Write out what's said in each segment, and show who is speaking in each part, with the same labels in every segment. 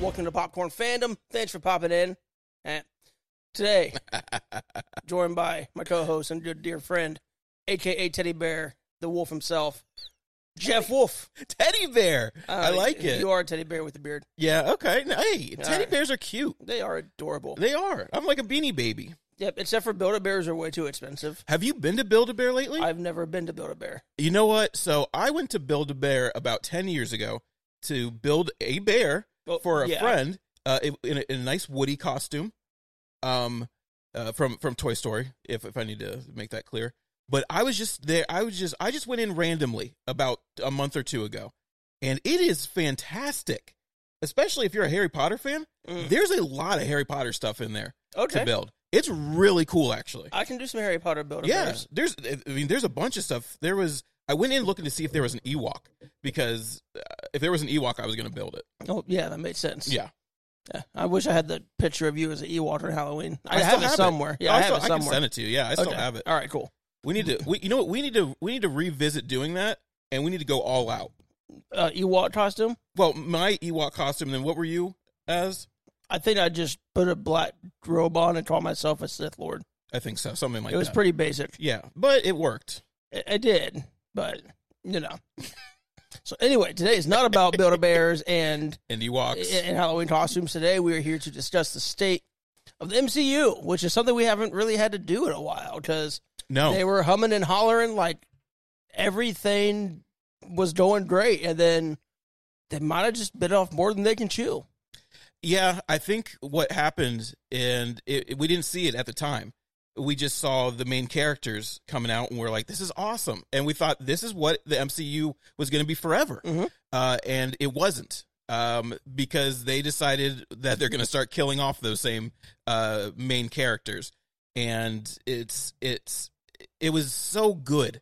Speaker 1: Welcome to Popcorn Fandom. Thanks for popping in. Eh. Today, joined by my co-host and good dear friend, aka Teddy Bear, the Wolf himself, Jeff Wolf.
Speaker 2: Teddy bear. I
Speaker 1: Uh,
Speaker 2: like it.
Speaker 1: You are a teddy bear with a beard.
Speaker 2: yeah. Okay. Hey,
Speaker 1: All
Speaker 2: teddy
Speaker 1: right.
Speaker 2: bears are cute.
Speaker 1: They are adorable.
Speaker 2: They are. I'm like a beanie baby.
Speaker 1: Yep, except for Build a Bears are way too expensive.
Speaker 2: Have you been to Build a Bear lately?
Speaker 1: I've never been to Build a Bear.
Speaker 2: you know what? So I went to Build a Bear about ten years ago to build a bear for a friend uh, in, in, a, in a nice woody costume, um, uh, from from Toy Story. If if I need to make that clear, but I was just there. I was just I just went in randomly about a month or two ago, and it is fantastic. Especially if you're a Harry Potter fan,
Speaker 1: Mm.
Speaker 2: there's a lot of Harry Potter stuff in there to
Speaker 1: Okay,
Speaker 2: build. It's really cool, actually.
Speaker 1: I can do some Harry Potter Build a
Speaker 2: Yeah,
Speaker 1: Bears.
Speaker 2: there's. I mean, there's a bunch of stuff. There was. I went in looking to see if there was an Ewok because uh, if there was an Ewok, I was going to build it.
Speaker 1: Oh, yeah, that made sense.
Speaker 2: Yeah,
Speaker 1: Yeah. I wish I had the picture of you as an Ewok on Halloween. I,
Speaker 2: I still
Speaker 1: have,
Speaker 2: have
Speaker 1: it
Speaker 2: it.
Speaker 1: somewhere. Yeah, I,
Speaker 2: Oh,
Speaker 1: have
Speaker 2: still-
Speaker 1: it
Speaker 2: I can
Speaker 1: somewhere.
Speaker 2: send it to you. Yeah, I still
Speaker 1: Okay.
Speaker 2: have it.
Speaker 1: All right, cool.
Speaker 2: We need to. We, you know what? We need to. We need to revisit doing that, and we need to go all out.
Speaker 1: Uh, Ewok costume.
Speaker 2: Well, my Ewok costume. Then what were you as?
Speaker 1: I think I just put a black robe on and called myself a Sith Lord.
Speaker 2: I think so. Something like
Speaker 1: it was
Speaker 2: that.
Speaker 1: pretty basic.
Speaker 2: yeah, but it worked.
Speaker 1: I, I did, but you know. so anyway, today is not about Build a Bears and
Speaker 2: And Ewoks.
Speaker 1: and Halloween costumes. Today we are here to discuss the state of the MCU, which is something we haven't really had to do in a while because
Speaker 2: no.
Speaker 1: they were humming and hollering like everything was going great, and then they might have just bit off more than they can chew.
Speaker 2: Yeah, I think what happened, and it, it- we didn't see it at the time. We just saw the main characters coming out, and we're like, "This is awesome!" And we thought this is what the MCU was going to be forever,
Speaker 1: Mhm.
Speaker 2: uh, and it wasn't um, because they decided that they're going to start killing off those same uh, main characters, and it's it's it was so good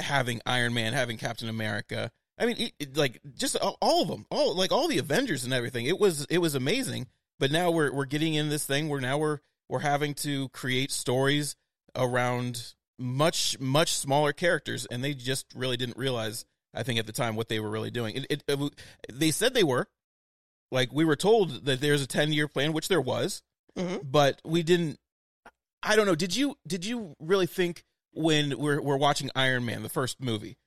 Speaker 2: having Iron Man, having Captain America. I mean, it, it- like just all, all of them, all like all the Avengers and everything. It was it was amazing. But now we're we're getting in this thing where now we're we're having to create stories around much much smaller characters, and they just really didn't realize. I think at the time what they were really doing. It, it, it w- they said they were like we were told that there's a ten year plan, which there was,
Speaker 1: Mhm.
Speaker 2: but we didn't. I don't know. Did you did you really think when we're we're watching Iron Man the first movie,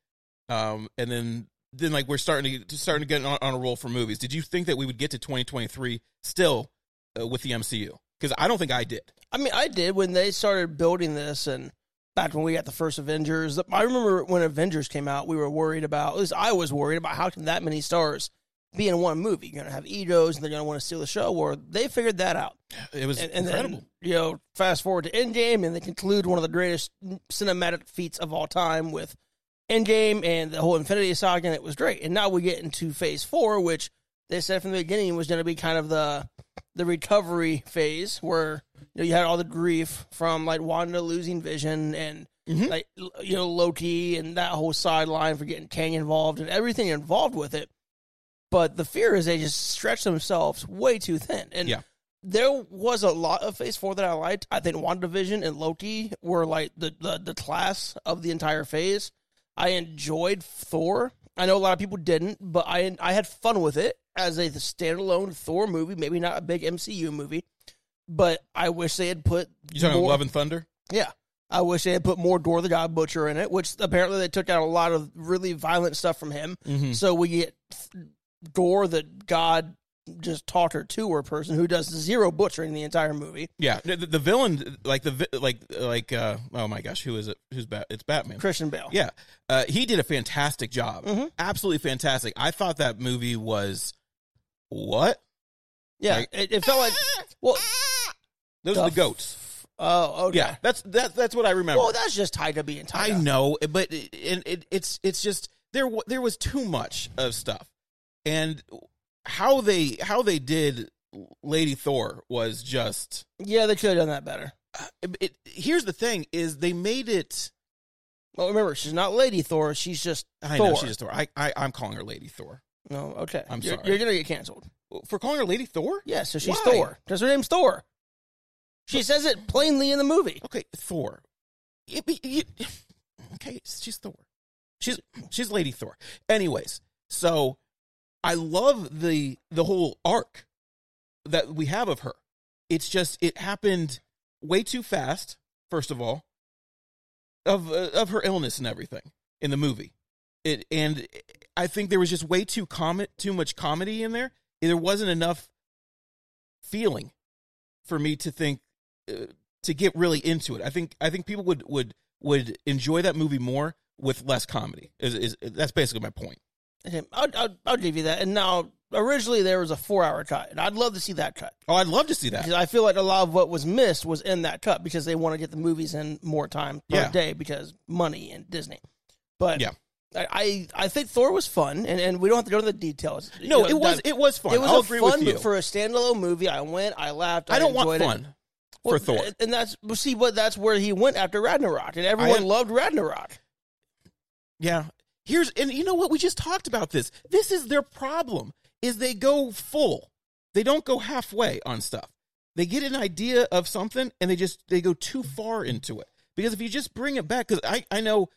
Speaker 2: um, and then then like we're starting to starting to get on, on a roll for movies. Did you think that we would get to 2023 still uh, with the MCU? Because I don't think I did.
Speaker 1: I mean, I did when they started building this, and back when we got the first Avengers. I remember when Avengers came out, we were worried about. At least I was worried about how can that many stars be in one movie? You're gonna have egos, and they're gonna want to steal the show. Or they figured that out,
Speaker 2: It was
Speaker 1: and, and
Speaker 2: incredible.
Speaker 1: then you know, fast forward to Endgame, and they conclude one of the greatest cinematic feats of all time with Endgame and the whole Infinity Saga, and it was great. And now we get into Phase Four, which they said from the beginning was going to be kind of the the recovery phase, where you know you had all the grief from like Wanda losing Vision and
Speaker 2: Mhm.
Speaker 1: like l- you know Loki and that whole sideline for getting Kang involved and everything involved with it. But the fear is they just stretch themselves way too thin, and
Speaker 2: Yeah.
Speaker 1: there was a lot of Phase Four that I liked. I think WandaVision and Loki were like the the, the class of the entire phase. I enjoyed Thor. I know a lot of people didn't, but I I had fun with it as a standalone Thor movie. Maybe not a big MCU movie, but I wish they had put
Speaker 2: you talking about
Speaker 1: more-
Speaker 2: Love and Thunder?
Speaker 1: yeah. I wish they had put more Door the God Butcher in it, which apparently they took out a lot of really violent stuff from him.
Speaker 2: Mm-hmm.
Speaker 1: So we get Gore the God just talker to her person who does zero butchering the entire movie.
Speaker 2: Yeah, the, the villain, like the vi- like like uh, oh my gosh, who is it? Who's bat? It's Batman.
Speaker 1: Christian Bale.
Speaker 2: Yeah, uh, he did a fantastic job.
Speaker 1: Mhm.
Speaker 2: Absolutely fantastic. I thought that movie was what?
Speaker 1: Yeah.
Speaker 2: Like-
Speaker 1: it, it felt like well
Speaker 2: Those are the
Speaker 1: The
Speaker 2: goats.
Speaker 1: oh okay.
Speaker 2: Yeah, that's that's that's what I remember.
Speaker 1: Well that's just Taika being
Speaker 2: I
Speaker 1: Taika.
Speaker 2: know, but it, and it, it's it's just there wa- there was too much of stuff, and how they how they did Lady Thor was just. uh,
Speaker 1: Yeah, they could have done that better.
Speaker 2: It, here's the thing: is they made it.
Speaker 1: Well remember, she's not Lady Thor, she's just
Speaker 2: I know
Speaker 1: Thor.
Speaker 2: she's Thor. I, I I'm calling her Lady Thor.
Speaker 1: No, okay.
Speaker 2: I'm
Speaker 1: you're,
Speaker 2: sorry.
Speaker 1: You're gonna get canceled.
Speaker 2: For calling her Lady Thor?
Speaker 1: Yeah, so she's
Speaker 2: Why?
Speaker 1: Thor. Because her name's Thor. She says it plainly in the movie.
Speaker 2: Okay, Thor. It be- you- okay, she's Thor. She's she's Lady Thor. Anyways, so I love the the whole arc that we have of her. It's just it happened way too fast. First of all, of uh, of her illness and everything in the movie. It and I think there was just way too com- too much comedy in there. There wasn't enough feeling for me to think uh, to get really into it. I think I think people would would would enjoy that movie more with less comedy. Is, is that's basically my point.
Speaker 1: Okay, I'll, I'll, I'll give you that. And now, originally there was a four-hour cut, and I'd love to see that cut
Speaker 2: Oh, I'd love to see that.
Speaker 1: because I feel like a lot of what was missed was in that cut because they want to get the movies in more time per
Speaker 2: Yeah.
Speaker 1: day because money and Disney. But
Speaker 2: Yeah.
Speaker 1: I, I I think Thor was fun, and, and we don't have to go to the details. You
Speaker 2: No,
Speaker 1: know,
Speaker 2: it was
Speaker 1: that-
Speaker 2: it was fun.
Speaker 1: It was
Speaker 2: I'll
Speaker 1: a
Speaker 2: agree
Speaker 1: fun,
Speaker 2: with you.
Speaker 1: but for a standalone movie, I went, I laughed. I,
Speaker 2: I don't want
Speaker 1: enjoyed it.
Speaker 2: fun for
Speaker 1: Well,
Speaker 2: Thor.
Speaker 1: and that's well, see, but that's where he went after Ragnarok, and everyone
Speaker 2: I-
Speaker 1: loved Ragnarok.
Speaker 2: Yeah. Here's and you know what we just talked about this. This is their problem is they go full. They don't go halfway on stuff. They get an idea of something and they just they go too far into it. Because if you just bring it back cuz I I know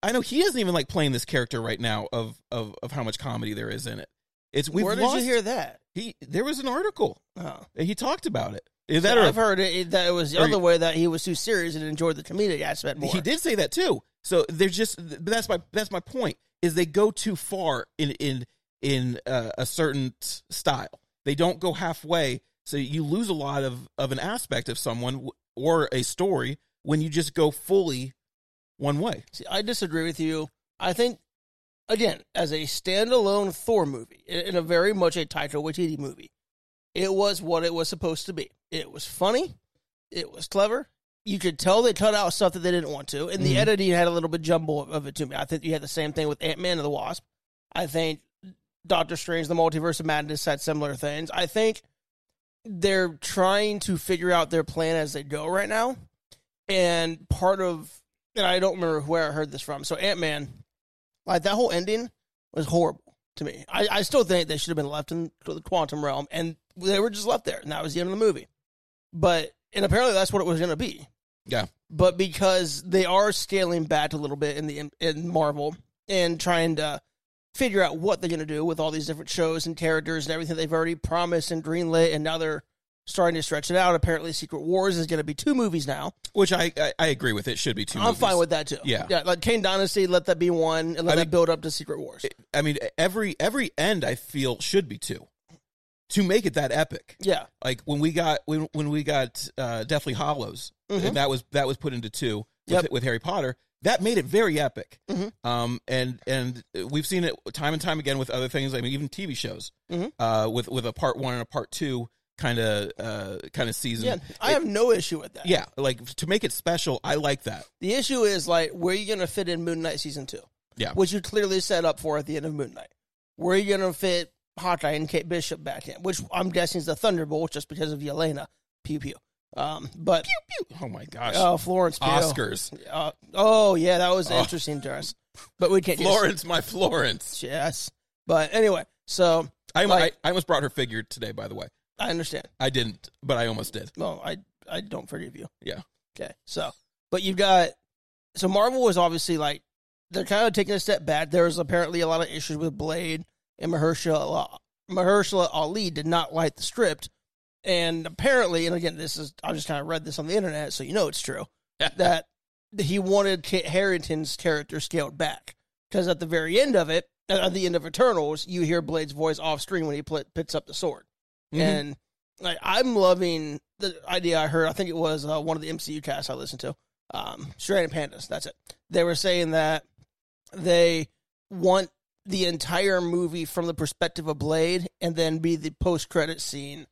Speaker 2: I know he doesn't even like playing this character right now of of of how much comedy there is in it. It's we've
Speaker 1: where did
Speaker 2: lost,
Speaker 1: you hear that?
Speaker 2: he there was an article
Speaker 1: Oh.
Speaker 2: and he talked about it. Is that
Speaker 1: I've
Speaker 2: or
Speaker 1: heard it, that it was the
Speaker 2: or-
Speaker 1: other way that he was too serious and enjoyed the comedic aspect more.
Speaker 2: He did say that too. So they're just but that's my that's my point is they go too far in in in uh, a certain s- style. They don't go halfway, so you lose a lot of of an aspect of someone w- or a story when you just go fully one way.
Speaker 1: See, I disagree with you. I think, again, as a standalone Thor movie, in in a very much a Taika Waititi movie, it was what it was supposed to be. It was funny. It was clever. You could tell they cut out stuff that they didn't want to, and the
Speaker 2: Mhm.
Speaker 1: editing had a little bit jumble of- of it to me. I think you had the same thing with Ant Man and the Wasp. I think Doctor Strange, the Multiverse of Madness had similar things. I think they're trying to figure out their plan as they go right now. And part of, and I don't remember where I heard this from. So Ant Man, like that whole ending was horrible to me. I, I still think they should have been left in the quantum realm, and they were just left there, and that was the end of the movie. But and apparently that's what it was going to be.
Speaker 2: Yeah.
Speaker 1: But because they are scaling back a little bit in the in Marvel and trying to figure out what they're going to do with all these different shows and characters and everything they've already promised and greenlit, and now they're starting to stretch it out. Apparently, Secret Wars is going to be two movies now.
Speaker 2: Which I I, I agree with. It should be 2
Speaker 1: I'm
Speaker 2: movies.
Speaker 1: fine with that too.
Speaker 2: Yeah.
Speaker 1: yeah. Like Kane Dynasty, let that be one, and let
Speaker 2: I
Speaker 1: that
Speaker 2: mean-
Speaker 1: build up to Secret Wars.
Speaker 2: I mean every every end I feel should be two to make it that epic.
Speaker 1: yeah,
Speaker 2: like when we got when when we got uh Deathly Hollows,
Speaker 1: Mhm.
Speaker 2: and that was that was put into two with,
Speaker 1: Yep.
Speaker 2: with Harry Potter. That made it very epic.
Speaker 1: Mhm.
Speaker 2: Um, and and we've seen it time and time again with other things. I mean, even TV shows
Speaker 1: Mhm.
Speaker 2: uh, with with a part one and a part two kind of uh, kind of season.
Speaker 1: yeah. I have no issue with that.
Speaker 2: yeah, like to make it special. I like that.
Speaker 1: The issue is like, where are you going to fit in Moon Knight season two?
Speaker 2: Yeah.
Speaker 1: which you clearly set up for at the end of Moon Knight. Where are you going to fit Hawkeye and Kate Bishop back in? Which I'm guessing is the Thunderbolt, just because of Yelena. Pew pew. Um, but
Speaker 2: Oh my gosh,
Speaker 1: oh, Florence Pugh.
Speaker 2: Oscars,
Speaker 1: Uh, oh yeah, that was
Speaker 2: Oh.
Speaker 1: interesting to us. But we can't.
Speaker 2: Florence, my Florence.
Speaker 1: Yes. But anyway, so
Speaker 2: I,
Speaker 1: Like-
Speaker 2: I I almost brought her figure today. By the way,
Speaker 1: I understand.
Speaker 2: I didn't, but I almost did.
Speaker 1: Well, I I don't forgive you.
Speaker 2: Yeah.
Speaker 1: Okay. So, but you've got so Marvel was obviously like they're kind of taking a step back. There was apparently a lot of issues with Blade and Mahershala Ali. Mahershala Ali did not like the script, and apparently, and again, this is I just kind of read this on the internet, so you know it's true that he wanted Kit Harrington's character scaled back because at the very end of it, at the end of Eternals, you hear Blade's voice off screen when he pl- picks up the sword
Speaker 2: Mhm.
Speaker 1: and like I'm loving the idea I heard. I think it was uh, one of the MCU casts I listened to, um, Stranded Pandas. That's it. They were saying that they want the entire movie from the perspective of Blade, and then be the post credit scene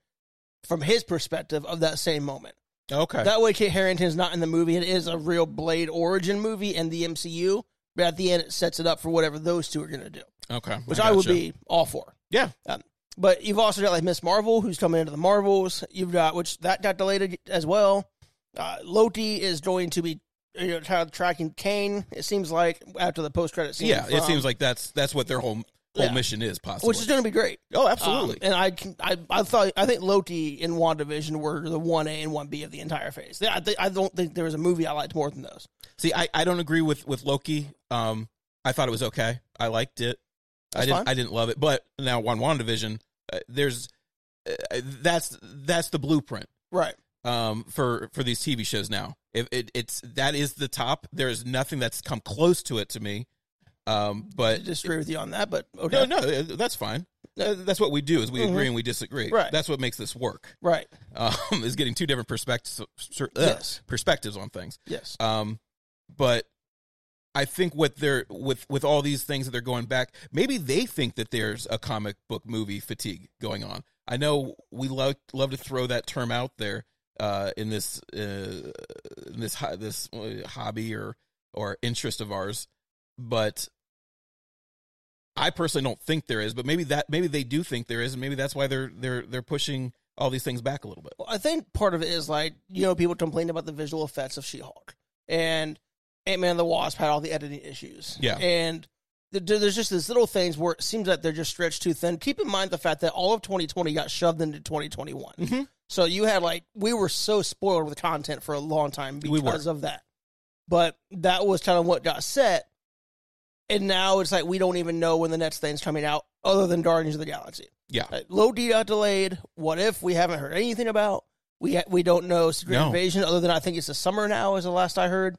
Speaker 1: from his perspective of that same moment.
Speaker 2: okay,
Speaker 1: That way, Kit Harrington's not in the movie. It is a real Blade origin movie in the MCU, but at the end, it sets it up for whatever those two are going to do
Speaker 2: okay,
Speaker 1: which I, would
Speaker 2: gotcha.
Speaker 1: be all for.
Speaker 2: Yeah.
Speaker 1: Um, but you've also got like Miss Marvel, who's coming into the Marvels. You've got which that got delayed as well. Uh, Loki is going to be you know, kind of tracking Kane. It seems like after the post credit scene.
Speaker 2: Yeah, it
Speaker 1: from-
Speaker 2: seems like that's that's what their whole whole
Speaker 1: Yeah.
Speaker 2: mission is possibly.
Speaker 1: which is going to be great.
Speaker 2: oh,
Speaker 1: Um, and I, can, I, I thought I think Loki and WandaVision were the one A and one B of the entire phase. I, thi- I don't think there was a movie I liked more than those.
Speaker 2: See, I, I don't agree with with Loki. Um, I thought it was okay. I liked it.
Speaker 1: That's
Speaker 2: I didn't
Speaker 1: fine.
Speaker 2: I didn't love it, but now on WandaVision, uh, there's uh, that's that's the blueprint
Speaker 1: Right.
Speaker 2: um, for for these TV shows now. It, it, it's that is the top. There is nothing that's come close to it to me. Um,
Speaker 1: I
Speaker 2: but
Speaker 1: disagree with you on that, but okay.
Speaker 2: no, no, uh, that's fine. Uh, That's what we do is we
Speaker 1: Mhm.
Speaker 2: agree and we disagree.
Speaker 1: Right.
Speaker 2: That's what makes this work.
Speaker 1: Right.
Speaker 2: Um, is getting two different perspectives
Speaker 1: Yes.
Speaker 2: perspectives on things.
Speaker 1: Yes.
Speaker 2: Um, but I think what they're with with all these things that they're going back, maybe they think that there's a comic book movie fatigue going on. I know we love love to throw that term out there uh, in this uh, in this ho- this uh, hobby or or interest of ours, but I personally don't think there is. But maybe that maybe they do think there is, and maybe that's why they're they're they're pushing all these things back a little bit.
Speaker 1: Well, I think part of it is like you know people complained about the visual effects of She-Hulk and Ant-Man and the Wasp had all the editing issues.
Speaker 2: Yeah.
Speaker 1: and th- th- there's just these little things where it seems like they're just stretched too thin. Keep in mind the fact that all of 2020 got shoved into 2021,
Speaker 2: Mhm.
Speaker 1: so you had like we were so spoiled with content for a long time
Speaker 2: We were.
Speaker 1: because of that. But that was kind of what got set, and now it's like we don't even know when the next thing's coming out, other than Guardians of the Galaxy.
Speaker 2: Yeah,
Speaker 1: Uh, low D dot delayed. What if we haven't heard anything about? We ha- we don't know Secret
Speaker 2: No.
Speaker 1: Invasion other than I think it's the summer now is the last I heard.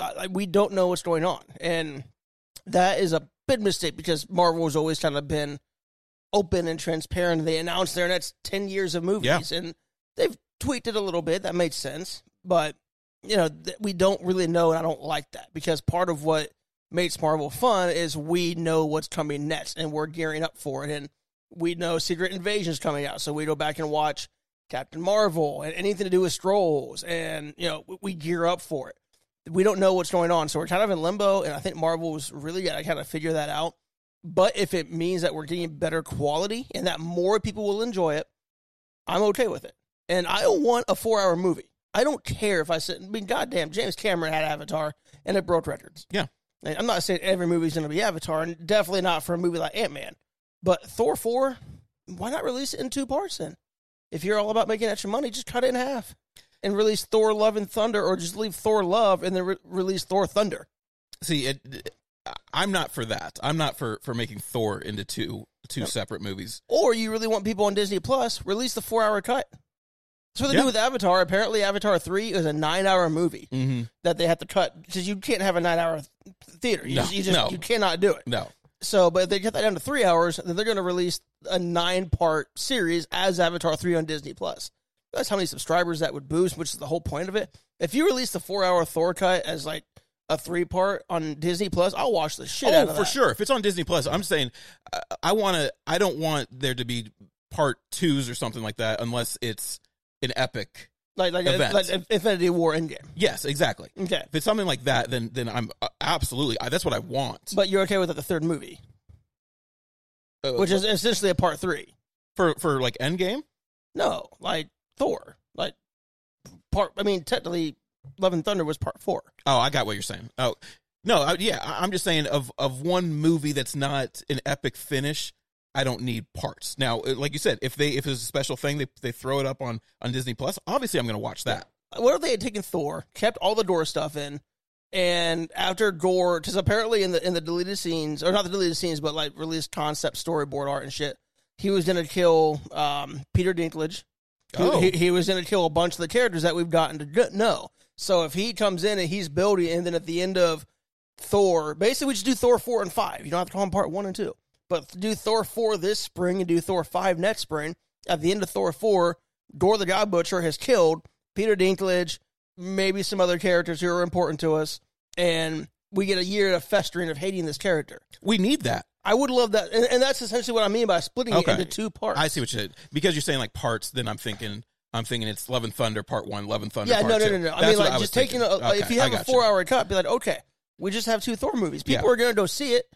Speaker 1: Uh, like, we don't know what's going on, and that is a big mistake because Marvel has always kind of been open and transparent. They announced their next ten years of movies, and they've tweaked it a little bit. That makes sense, but you know th- we don't really know, and I don't like that because part of what makes Marvel fun is we know what's coming next, and we're gearing up for it, and we know Secret Invasion's coming out, so we go back and watch Captain Marvel and anything to do with Strolls, and you know we, we gear up for it. We don't know what's going on, so we're kind of in limbo, and I think Marvel's really got to kind of figure that out. But if it means that we're getting better quality and that more people will enjoy it, I'm okay with it. And I don't want a four hour movie. I don't care if I sit. I mean, goddamn, James Cameron had Avatar and it broke records.
Speaker 2: Yeah.
Speaker 1: And I'm not saying every movie's going to be Avatar, and definitely not for a movie like Ant Man. But Thor 4, why not release it in two parts then? If you're all about making extra money, just cut it in half and release Thor Love and Thunder, or just leave Thor Love and then re- release Thor Thunder.
Speaker 2: see it, i'm not for that i'm not for for making thor into two two separate movies
Speaker 1: Or you really want people on Disney Plus, release the four hour cut. That's what they
Speaker 2: Yeah.
Speaker 1: do with Avatar. Apparently, Avatar 3 is a nine hour movie
Speaker 2: mm-hmm.
Speaker 1: that they have to cut because you can't have a nine hour theater. You,
Speaker 2: No,
Speaker 1: just, you just
Speaker 2: no.
Speaker 1: you cannot do it.
Speaker 2: no
Speaker 1: So, but if they cut that down to three hours, then they're going to release a nine part series as Avatar 3 on Disney Plus. That's how many subscribers that would boost, which is the whole point of it. If you release the four hour Thor cut as like a three part on Disney Plus, I'll watch the shit
Speaker 2: oh
Speaker 1: out of
Speaker 2: for
Speaker 1: that.
Speaker 2: sure if it's on disney plus i'm saying i, I want to i don't want there to be part twos or something like that unless it's an epic
Speaker 1: Like, like,
Speaker 2: Event.
Speaker 1: like Infinity War Endgame.
Speaker 2: yes exactly
Speaker 1: Okay.
Speaker 2: if it's something like that then then i'm uh, absolutely I, that's what i want
Speaker 1: But you're okay with the third movie,
Speaker 2: Uh,
Speaker 1: which is essentially a part three.
Speaker 2: for for like endgame
Speaker 1: No, like Thor, like part. I mean, technically, Love and Thunder was part four.
Speaker 2: oh i got what you're saying oh no I, yeah I, i'm just saying of of one movie that's not an epic finish I don't need parts. Now, uh, like you said, if they if it's a special thing, they they throw it up on on Disney Plus. Obviously, I'm going to watch that.
Speaker 1: What if they had taken Thor, kept all the Gore stuff in, and after Gore, because apparently in the in the deleted scenes, or not the deleted scenes, but like released concept storyboard art and shit, he was gonna kill um, Peter Dinklage. He-
Speaker 2: Oh.
Speaker 1: He, he was going to kill a bunch of the characters that we've gotten to d- know. So if he comes in and he's building, and then at the end of Thor, basically we just do Thor four and five. You don't have to call them part one and two, but do Thor four this spring and do Thor five next spring. At the end of Thor four, Gore the God Butcher has killed Peter Dinklage, maybe some other characters who are important to us, and we get a year of festering of hating this character.
Speaker 2: We need that.
Speaker 1: I would love that, and, and that's essentially what I mean by splitting
Speaker 2: Okay.
Speaker 1: it into two parts.
Speaker 2: I see what you said because you're saying like parts. Then I'm thinking I'm thinking it's Love and Thunder Part One, Love and Thunder.
Speaker 1: Yeah,
Speaker 2: part
Speaker 1: no, no, no,
Speaker 2: two.
Speaker 1: no. I
Speaker 2: That's
Speaker 1: mean,
Speaker 2: what
Speaker 1: like,
Speaker 2: was
Speaker 1: just taking a,
Speaker 2: thinking.
Speaker 1: like, if
Speaker 2: Okay,
Speaker 1: you
Speaker 2: I
Speaker 1: have a
Speaker 2: gotcha.
Speaker 1: four hour cut, be like, okay, we just have two Thor movies. People
Speaker 2: Yeah.
Speaker 1: are going to go see it.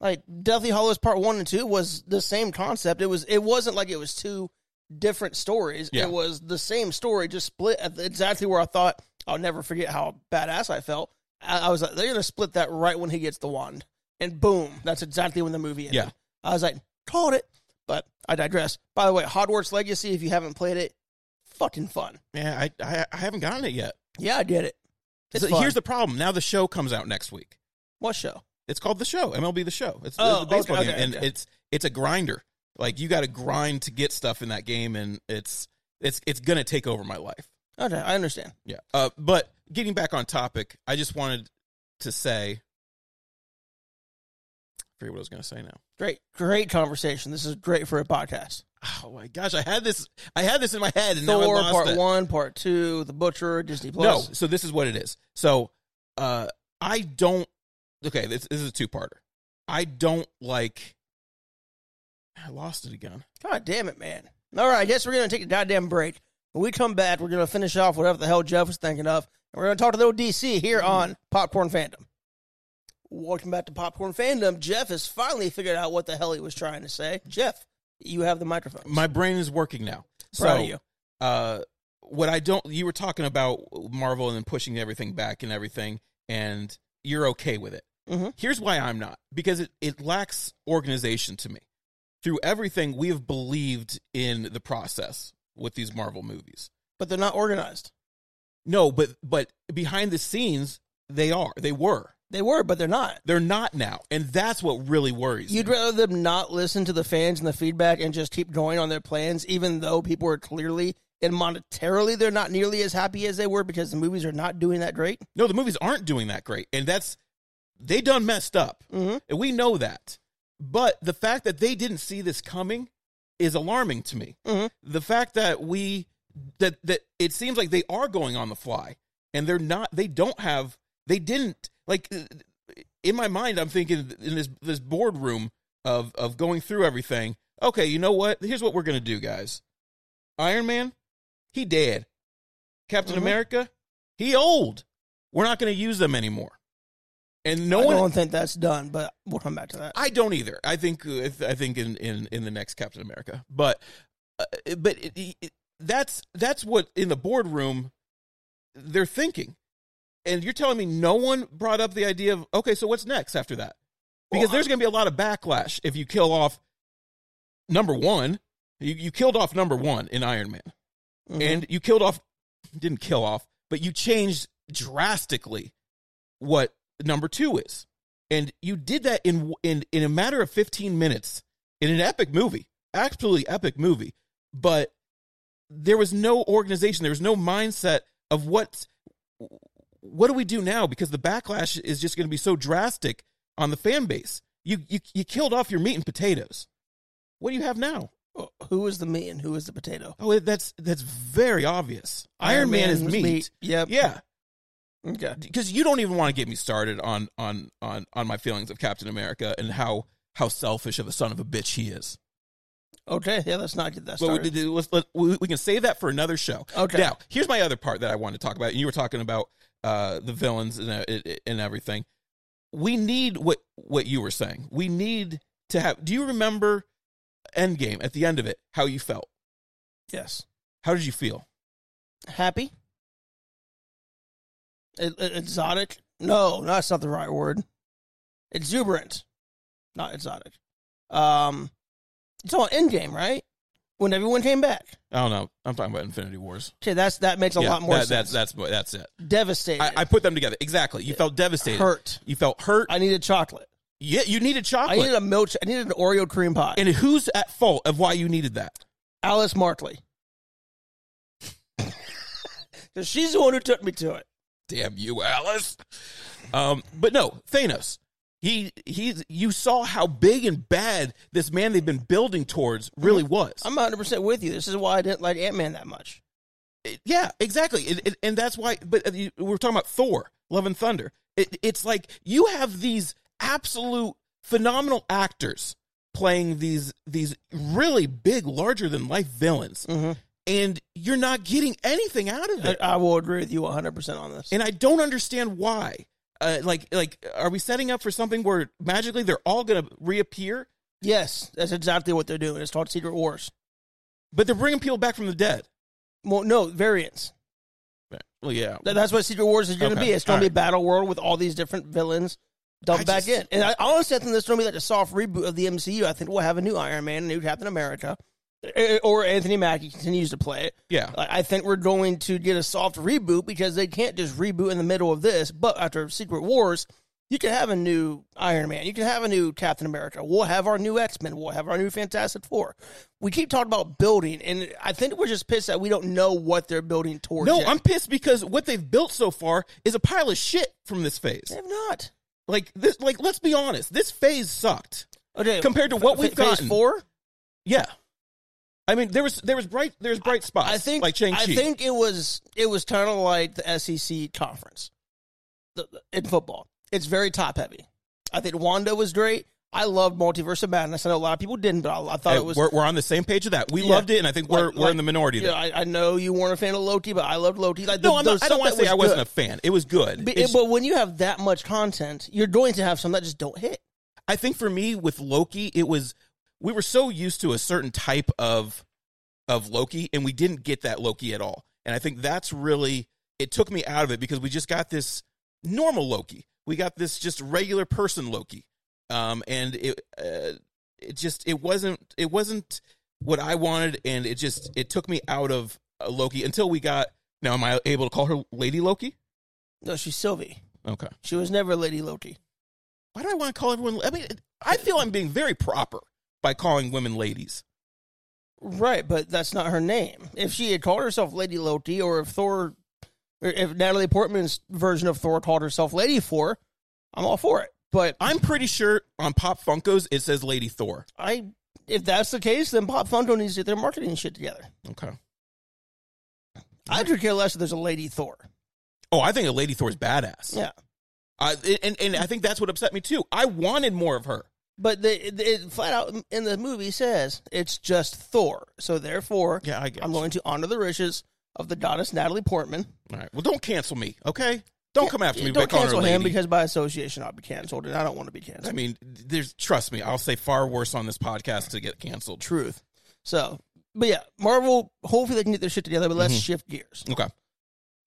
Speaker 1: Like, Deathly Hollows Part One and Two was the same concept. It was, it wasn't like it was two different stories.
Speaker 2: Yeah.
Speaker 1: It was the same story, just split at the- exactly where I thought I'll never forget how badass I felt. I, I was like, they're going to split that right when he gets the wand, and boom, that's exactly when the movie ended.
Speaker 2: Yeah.
Speaker 1: I was like, called it. But I digress. By the way, Hogwarts Legacy, if you haven't played it, fucking fun.
Speaker 2: Yeah, I, I I haven't gotten it yet.
Speaker 1: Yeah, I did it. It's
Speaker 2: So
Speaker 1: fun.
Speaker 2: here's the problem. Now the show comes out next week.
Speaker 1: What show?
Speaker 2: It's called the show MLB the show. It's
Speaker 1: Oh,
Speaker 2: the baseball
Speaker 1: okay,
Speaker 2: game,
Speaker 1: okay,
Speaker 2: and
Speaker 1: okay.
Speaker 2: it's it's a grinder. Like you got to grind to get stuff in that game, and it's it's it's gonna take over my life.
Speaker 1: Okay, I understand.
Speaker 2: Yeah. Uh, but getting back on topic, I just wanted to say, I forget what I was gonna say now.
Speaker 1: Great, great conversation. This is great for a podcast.
Speaker 2: Oh my gosh, I had this, I had this in my head, and now I
Speaker 1: Thor
Speaker 2: lost
Speaker 1: Part
Speaker 2: it.
Speaker 1: One, Part Two, The Butcher, Disney Plus.
Speaker 2: No, so this is what it is. So uh I don't okay, this, this is a two parter. I don't like I lost it again.
Speaker 1: God damn it, man! All right, I guess we're gonna take a goddamn break. When we come back, we're gonna finish off whatever the hell Jeff was thinking of, and we're gonna talk to little DC here
Speaker 2: Mm-hmm.
Speaker 1: on Popcorn Fandom. Welcome back to Popcorn Fandom. Jeff has finally figured out what the hell he was trying to say. Jeff, you have the microphone.
Speaker 2: My brain is working now. So
Speaker 1: Proud of you.
Speaker 2: uh what I don't you were talking about Marvel and then pushing everything back and everything and you're okay with it.
Speaker 1: Mhm.
Speaker 2: Here's why I'm not because it, it lacks organization to me. Through everything we have believed in the process with these Marvel movies.
Speaker 1: but they're not organized.
Speaker 2: No, but but behind the scenes they are. They were.
Speaker 1: They were, but they're not.
Speaker 2: They're not now, and that's what really worries
Speaker 1: You'd
Speaker 2: me.
Speaker 1: rather them not listen to the fans and the feedback and just keep going on their plans, even though people are clearly and monetarily they're not nearly as happy as they were because the movies are not doing that great.
Speaker 2: no, the movies aren't doing that great, and that's they done messed up,
Speaker 1: Mhm.
Speaker 2: and we know that. But the fact that they didn't see this coming is alarming to me.
Speaker 1: Mhm.
Speaker 2: The fact that we that that it seems like they are going on the fly, and they're not. They don't have. They didn't like. uh, In my mind, I'm thinking in this this boardroom of of going through everything. Okay, you know what? Here's what we're gonna do, guys. Iron Man, he dead. Captain
Speaker 1: Mhm.
Speaker 2: America, he old. We're not going to use them anymore. And no
Speaker 1: I
Speaker 2: one,
Speaker 1: don't think that's done, but we'll come back to that.
Speaker 2: I don't either. I think uh, I think in in in the next Captain America, but uh, but it, it, that's that's what in the boardroom they're thinking. And you're telling me no one brought up the idea of okay, so what's next after that? Because
Speaker 1: Well,
Speaker 2: there's going to be a lot of backlash if you kill off number one. You you killed off number one in Iron Man
Speaker 1: Mhm.
Speaker 2: and you killed off didn't kill off but you changed drastically what number two is and you did that in in in a matter of 15 minutes in an epic movie absolutely epic movie but there was no organization there was no mindset of what what do we do now because the backlash is just going to be so drastic on the fan base you you you killed off your meat and potatoes what do you have now
Speaker 1: Uh, who is the meat and who is the potato?
Speaker 2: Oh, that's that's very obvious. Iron, Man, is
Speaker 1: was
Speaker 2: meat.
Speaker 1: Yep.
Speaker 2: Yeah,
Speaker 1: Okay.
Speaker 2: because you don't even want to get me started on on on on my feelings of Captain America and how how selfish of a son of a bitch he is.
Speaker 1: Okay. Yeah. Let's not get that
Speaker 2: But we,
Speaker 1: started.
Speaker 2: did- let's- let- we, we can save that for another show.
Speaker 1: Okay.
Speaker 2: Now, here's my other part that I wanted to talk about. And you were talking about uh, the villains and uh, it- it- and everything. We need what what you were saying. We need to have. Do you remember Endgame at the end of it? How you felt?
Speaker 1: yes.
Speaker 2: How did you feel?
Speaker 1: Happy. E- e- exotic. No, no, that's not the right word. Exuberant, not exotic. Um, it's all Endgame, right? When everyone came back.
Speaker 2: I don't know. I'm talking about Infinity Wars.
Speaker 1: Okay, that's that makes a
Speaker 2: Yeah,
Speaker 1: lot more
Speaker 2: that-
Speaker 1: sense.
Speaker 2: That's that's that's it.
Speaker 1: Devastated,
Speaker 2: I, I put them together exactly. You felt devastated.
Speaker 1: hurt.
Speaker 2: You felt hurt.
Speaker 1: I needed chocolate.
Speaker 2: yeah, you needed
Speaker 1: I
Speaker 2: chocolate.
Speaker 1: needed a milk. I needed an Oreo cream pie.
Speaker 2: and who's at fault of why you needed that?
Speaker 1: Alice Markley. 'Cause she's the one who took me to it.
Speaker 2: Damn you, Alice. Um, but no, Thanos. He he's you saw how big and bad this man they've been building towards really was.
Speaker 1: I'm 100% with you. This is why I didn't like Ant Man that much.
Speaker 2: It- yeah, exactly. It, it, and that's why. But uh, you- we're talking about Thor, Love and Thunder. It, it's like you have these absolute phenomenal actors playing these these really big, larger than life villains,
Speaker 1: Mhm.
Speaker 2: and you're not getting anything out of
Speaker 1: I,
Speaker 2: it.
Speaker 1: I will agree with you 100% on this.
Speaker 2: and I don't understand why. Uh, like, like, are we setting up for something where magically they're all going to reappear?
Speaker 1: Yes, that's exactly what they're doing. It's called Secret Wars.
Speaker 2: But they're bringing people back from the dead.
Speaker 1: Well, no, variants.
Speaker 2: Well, yeah,
Speaker 1: That- That's what Secret Wars is going to
Speaker 2: Okay,
Speaker 1: be. It's going
Speaker 2: all
Speaker 1: to be Battle World with all these different villains dumped
Speaker 2: I
Speaker 1: back
Speaker 2: just-
Speaker 1: in. And I honestly I think this is going to be like a soft reboot of the MCU. I think we'll have a new Iron Man, a new Captain America, eh, or Anthony Mackie continues to play it.
Speaker 2: yeah.
Speaker 1: Like, I think we're going to get a soft reboot because they can't just reboot in the middle of this. But after Secret Wars, you can have a new Iron Man, you can have a new Captain America. We'll have our new X Men. We'll have our new Fantastic Four. We keep talking about building, and I think we're just pissed that we don't know what they're building towards.
Speaker 2: No,
Speaker 1: yet.
Speaker 2: I'm pissed because what they've built so far is a pile of shit from this phase.
Speaker 1: They have not.
Speaker 2: Like this, like let's be honest, this phase sucked.
Speaker 1: Okay,
Speaker 2: Compared to what
Speaker 1: fa-
Speaker 2: we've
Speaker 1: phase
Speaker 2: gotten.
Speaker 1: Four.
Speaker 2: Yeah, I mean there was there was bright there was bright spots.
Speaker 1: I think
Speaker 2: like Shang Chi.
Speaker 1: I think it was it was kind of like the SEC conference the- the- in football. It's very top heavy. I think Wanda was great. I loved Multiverse of Madness. I know a lot of people didn't, but I, I thought
Speaker 2: Uh,
Speaker 1: it was.
Speaker 2: we're, we're on the same page of that. We
Speaker 1: Yeah.
Speaker 2: loved it, and I think we're
Speaker 1: Like-
Speaker 2: we're in the minority
Speaker 1: Yeah,
Speaker 2: there.
Speaker 1: I, I know you weren't a fan of Loki, but I loved Loki. Like,
Speaker 2: no,
Speaker 1: the- there
Speaker 2: I'm not,
Speaker 1: was
Speaker 2: I
Speaker 1: stuff
Speaker 2: don't want
Speaker 1: that
Speaker 2: to
Speaker 1: was
Speaker 2: say I wasn't
Speaker 1: good.
Speaker 2: a fan. It was good.
Speaker 1: But,
Speaker 2: It's-
Speaker 1: but when you have that much content, you're going to have some that just don't hit.
Speaker 2: I think for me with Loki, it was we were so used to a certain type of of Loki, and we didn't get that Loki at all. And I think that's really it took me out of it because we just got this normal Loki. We got this just regular person Loki, um, and it uh, it just it wasn't it wasn't what I wanted, and it just it took me out of uh, Loki until we got. Now, am I able to call her Lady Loki?
Speaker 1: No, she's Sylvie.
Speaker 2: Okay.
Speaker 1: She was never Lady Loki.
Speaker 2: Why do I want to call everyone? I mean, I feel I'm being very proper by calling women ladies.
Speaker 1: Right, but that's not her name. If she had called herself Lady Loki, or if Thor, or if Natalie Portman's version of Thor called herself Lady Thor, I'm all for it. But
Speaker 2: I'm pretty sure on Pop Funkos it says Lady Thor.
Speaker 1: I, if that's the case, then Pop Funko needs to get their marketing shit together.
Speaker 2: Okay.
Speaker 1: I could care less if there's a Lady Thor.
Speaker 2: Oh, I think a Lady Thor is badass.
Speaker 1: Yeah,
Speaker 2: I, and and I think that's what upset me too. I wanted more of her.
Speaker 1: but the, the it flat out in the movie says it's just Thor. So therefore,
Speaker 2: Yeah, I guess.
Speaker 1: I'm going to honor the riches of the goddess Natalie Portman.
Speaker 2: All right. Well, don't cancel me, okay? Don't come after me. by
Speaker 1: Don't
Speaker 2: calling
Speaker 1: cancel
Speaker 2: her
Speaker 1: him
Speaker 2: lady.
Speaker 1: because by association I'll be canceled, and I don't want to be canceled.
Speaker 2: I mean, there's trust me. I'll say far worse on this podcast to get canceled.
Speaker 1: Truth. So, but yeah, Marvel, hopefully they can get their shit together, but
Speaker 2: Mm-hmm.
Speaker 1: let's shift gears.
Speaker 2: Okay.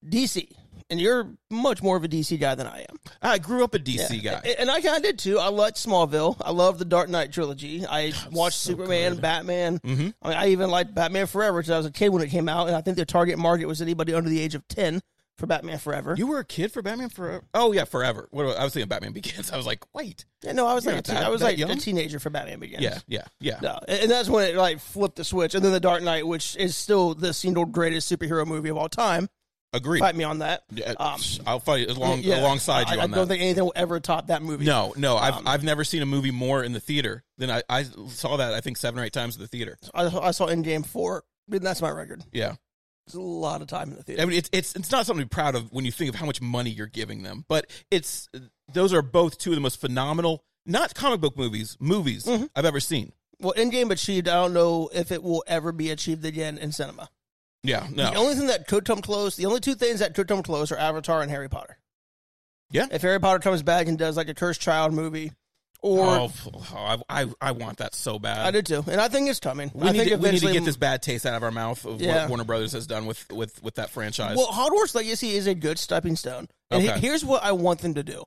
Speaker 1: DC, and you're much more of a DC guy than I am.
Speaker 2: I grew up a DC
Speaker 1: Yeah.
Speaker 2: guy.
Speaker 1: A- And I kind of did too. I liked Smallville. I love the Dark Knight trilogy. I watched
Speaker 2: so
Speaker 1: Superman,
Speaker 2: good.
Speaker 1: Batman.
Speaker 2: Mhm.
Speaker 1: I, mean, I even liked Batman Forever because I was a kid when it came out, and I think their target market was anybody under the age of 10 for Batman Forever.
Speaker 2: You were a kid for Batman Forever. Oh yeah, Forever. What I was thinking Batman Begins. I was like, wait.
Speaker 1: yeah, no, I was
Speaker 2: You're
Speaker 1: like, a
Speaker 2: not
Speaker 1: teen-
Speaker 2: that-
Speaker 1: I was
Speaker 2: that
Speaker 1: like a
Speaker 2: young?
Speaker 1: teenager for Batman Begins.
Speaker 2: Yeah, yeah, yeah.
Speaker 1: No, and and that's when it like flipped the switch, and then the Dark Knight, which is still the single greatest superhero movie of all time.
Speaker 2: Agree.
Speaker 1: Fight me on that.
Speaker 2: Yeah,
Speaker 1: Um,
Speaker 2: I'll fight along,
Speaker 1: Yeah,
Speaker 2: alongside you
Speaker 1: I,
Speaker 2: on
Speaker 1: I
Speaker 2: that.
Speaker 1: don't think anything will ever top that movie.
Speaker 2: No, no, I've
Speaker 1: Um,
Speaker 2: I've never seen a movie more in the theater than I, I saw that I think seven or eight times in the theater.
Speaker 1: I, I saw Endgame four. I mean, that's my record.
Speaker 2: Yeah,
Speaker 1: It's a lot of time in the
Speaker 2: I
Speaker 1: theater.
Speaker 2: mean it's it's it's not something to be proud of when you think of how much money you're giving them, but it's those are both two of the most phenomenal not comic book movies movies
Speaker 1: Mhm.
Speaker 2: I've ever seen.
Speaker 1: Well, Endgame achieved. I don't know if it will ever be achieved again in cinema.
Speaker 2: Yeah,
Speaker 1: The
Speaker 2: no,
Speaker 1: only thing that could come close, the only two things that could come close, are Avatar and Harry Potter.
Speaker 2: Yeah.
Speaker 1: If Harry Potter comes back and does like a cursed child movie, or
Speaker 2: oh, f- oh, I, I I want that so
Speaker 1: I
Speaker 2: bad.
Speaker 1: do too, and I think it's coming.
Speaker 2: we
Speaker 1: I
Speaker 2: need
Speaker 1: think
Speaker 2: to, we need to
Speaker 1: eventually-
Speaker 2: get this bad taste out of our mouth of
Speaker 1: Yeah.
Speaker 2: what Warner Brothers has done with with with that franchise.
Speaker 1: Well, Hogwarts Legacy is a good stepping stone. And he-
Speaker 2: Okay.
Speaker 1: here's what I want them to do: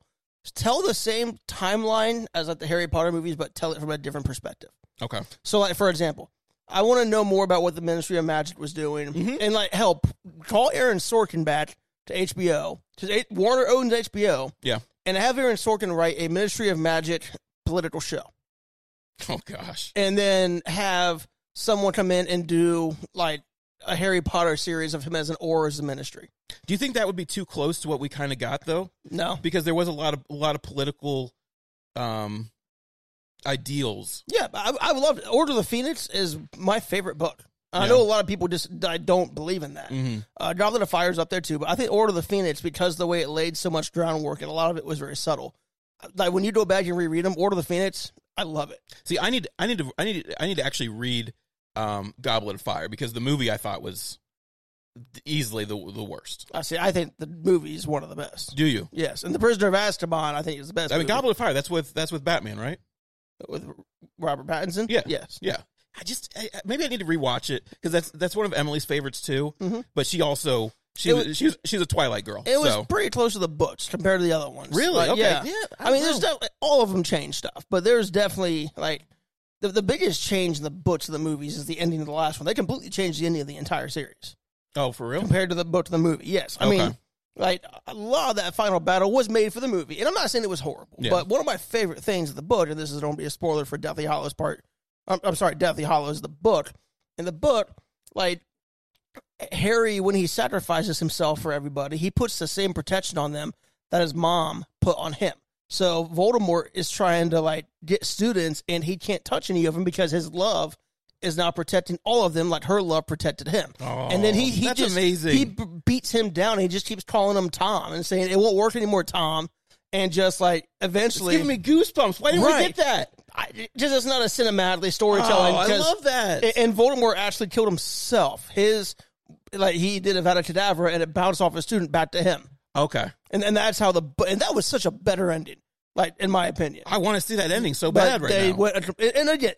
Speaker 1: tell the same timeline as like the Harry Potter movies, but tell it from a different perspective.
Speaker 2: okay,
Speaker 1: So, like for example, I want to know more about what the Ministry of Magic was doing, and like help call Aaron Sorkin back to HBO because Warner owns HBO,
Speaker 2: yeah.
Speaker 1: and have Aaron Sorkin write a Ministry of Magic political show,
Speaker 2: Oh gosh,
Speaker 1: and then have someone come in and do like a Harry Potter series of him as an or as a ministry.
Speaker 2: do you think that would be too close to what we kind of got though?
Speaker 1: No.
Speaker 2: because there was a lot of a lot of political um ideals.
Speaker 1: Yeah, I, I would love it. Order of the Phoenix is my favorite book. And I
Speaker 2: Yeah. Mm.
Speaker 1: know a lot of people just I don't believe in that.
Speaker 2: Mm-hmm.
Speaker 1: Uh, Goblet of Fire's up there too, but I think Order of the Phoenix because the way it laid so much groundwork and a lot of it was very subtle. Like when you go back and reread them, Order of the Phoenix, I love it.
Speaker 2: See, I need I need to I need I need to actually read um Goblet of Fire because the movie I thought was easily the the worst.
Speaker 1: I see. I think the movie is one of the best.
Speaker 2: Do you?
Speaker 1: Yes, and The Prisoner of Azkaban, I think is the best.
Speaker 2: I mean
Speaker 1: movie.
Speaker 2: Goblet of Fire that's with that's with Batman, right?
Speaker 1: with Robert Pattinson.
Speaker 2: Yeah.
Speaker 1: Yes.
Speaker 2: Yeah. I just I, I- maybe I need to rewatch it cuz that's that's one of Emily's favorites too,
Speaker 1: Mhm.
Speaker 2: but she also she
Speaker 1: It
Speaker 2: Mm-hmm. was,
Speaker 1: was-
Speaker 2: she's she's a Twilight girl.
Speaker 1: It was
Speaker 2: so.
Speaker 1: pretty close to the books compared to the other ones.
Speaker 2: Really?
Speaker 1: Like,
Speaker 2: Okay.
Speaker 1: Yeah.
Speaker 2: Yeah,
Speaker 1: I,
Speaker 2: I
Speaker 1: mean,
Speaker 2: don't
Speaker 1: there's
Speaker 2: know.
Speaker 1: definitely all of them change stuff, but there's definitely like the the biggest change in the books of the movies is the ending of the last one. They completely changed the ending of the entire series
Speaker 2: Oh, for real?
Speaker 1: compared to the book to the movie. Yes. I
Speaker 2: Okay.
Speaker 1: mean, Like a lot of that final battle was made for the movie, and I'm not saying it was horrible,
Speaker 2: Yeah.
Speaker 1: but one of my favorite things of the book, and this is going to be a spoiler for Deathly Hollows part. I'm, I'm sorry, Deathly Hollows the book. In the book, like Harry, when he sacrifices himself for everybody, he puts the same protection on them that his mom put on him. So Voldemort is trying to like get students, and he can't touch any of them because his love is now protecting all of them, like her love protected him. and then he he
Speaker 2: that's
Speaker 1: just
Speaker 2: amazing.
Speaker 1: he b- beats him down. And he just keeps calling him Tom and saying it won't work anymore, Tom. And just like eventually,
Speaker 2: Giving me goosebumps. Why didn't we
Speaker 1: Right.
Speaker 2: get that?
Speaker 1: I, it just it's not a cinematically storytelling.
Speaker 2: Oh, I
Speaker 1: 'cause-
Speaker 2: love that.
Speaker 1: a- And Voldemort actually killed himself. His like he did a Vada Kedavra, and it bounced off a student back to him.
Speaker 2: okay.
Speaker 1: And and that's how the bu- and that was such a better ending, like in my opinion.
Speaker 2: I want to see that ending so
Speaker 1: But
Speaker 2: bad right
Speaker 1: they
Speaker 2: now.
Speaker 1: went and again,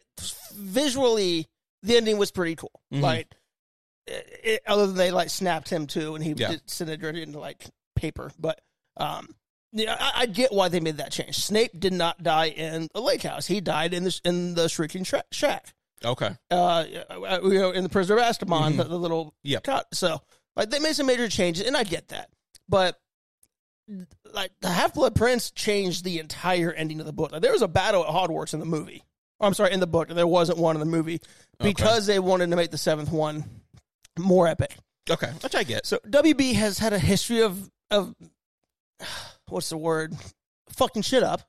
Speaker 1: visually, the ending was pretty cool.
Speaker 2: Mm-hmm.
Speaker 1: Like, it, it- other than they like snapped him too, and he
Speaker 2: Yeah.
Speaker 1: did disintegrated into like paper. But um, yeah, I, I get why they made that change. Snape did not die in the lake house; he died in the in the shrieking tra- shack.
Speaker 2: okay.
Speaker 1: Uh, you know, in the prisoner of Azkaban, the, the little
Speaker 2: Mm-hmm. Yep.
Speaker 1: cot. So, like, they made some major changes, and I get that, but. Like the Half Blood Prince changed the entire ending of the book. Like, there was a battle at Hogwarts in the movie. Oh, I'm sorry, in the book, and there wasn't one in the movie because they wanted to make the seventh one more epic.
Speaker 2: Okay. Which I get.
Speaker 1: So WB has had a history of of what's the word? Fucking shit up.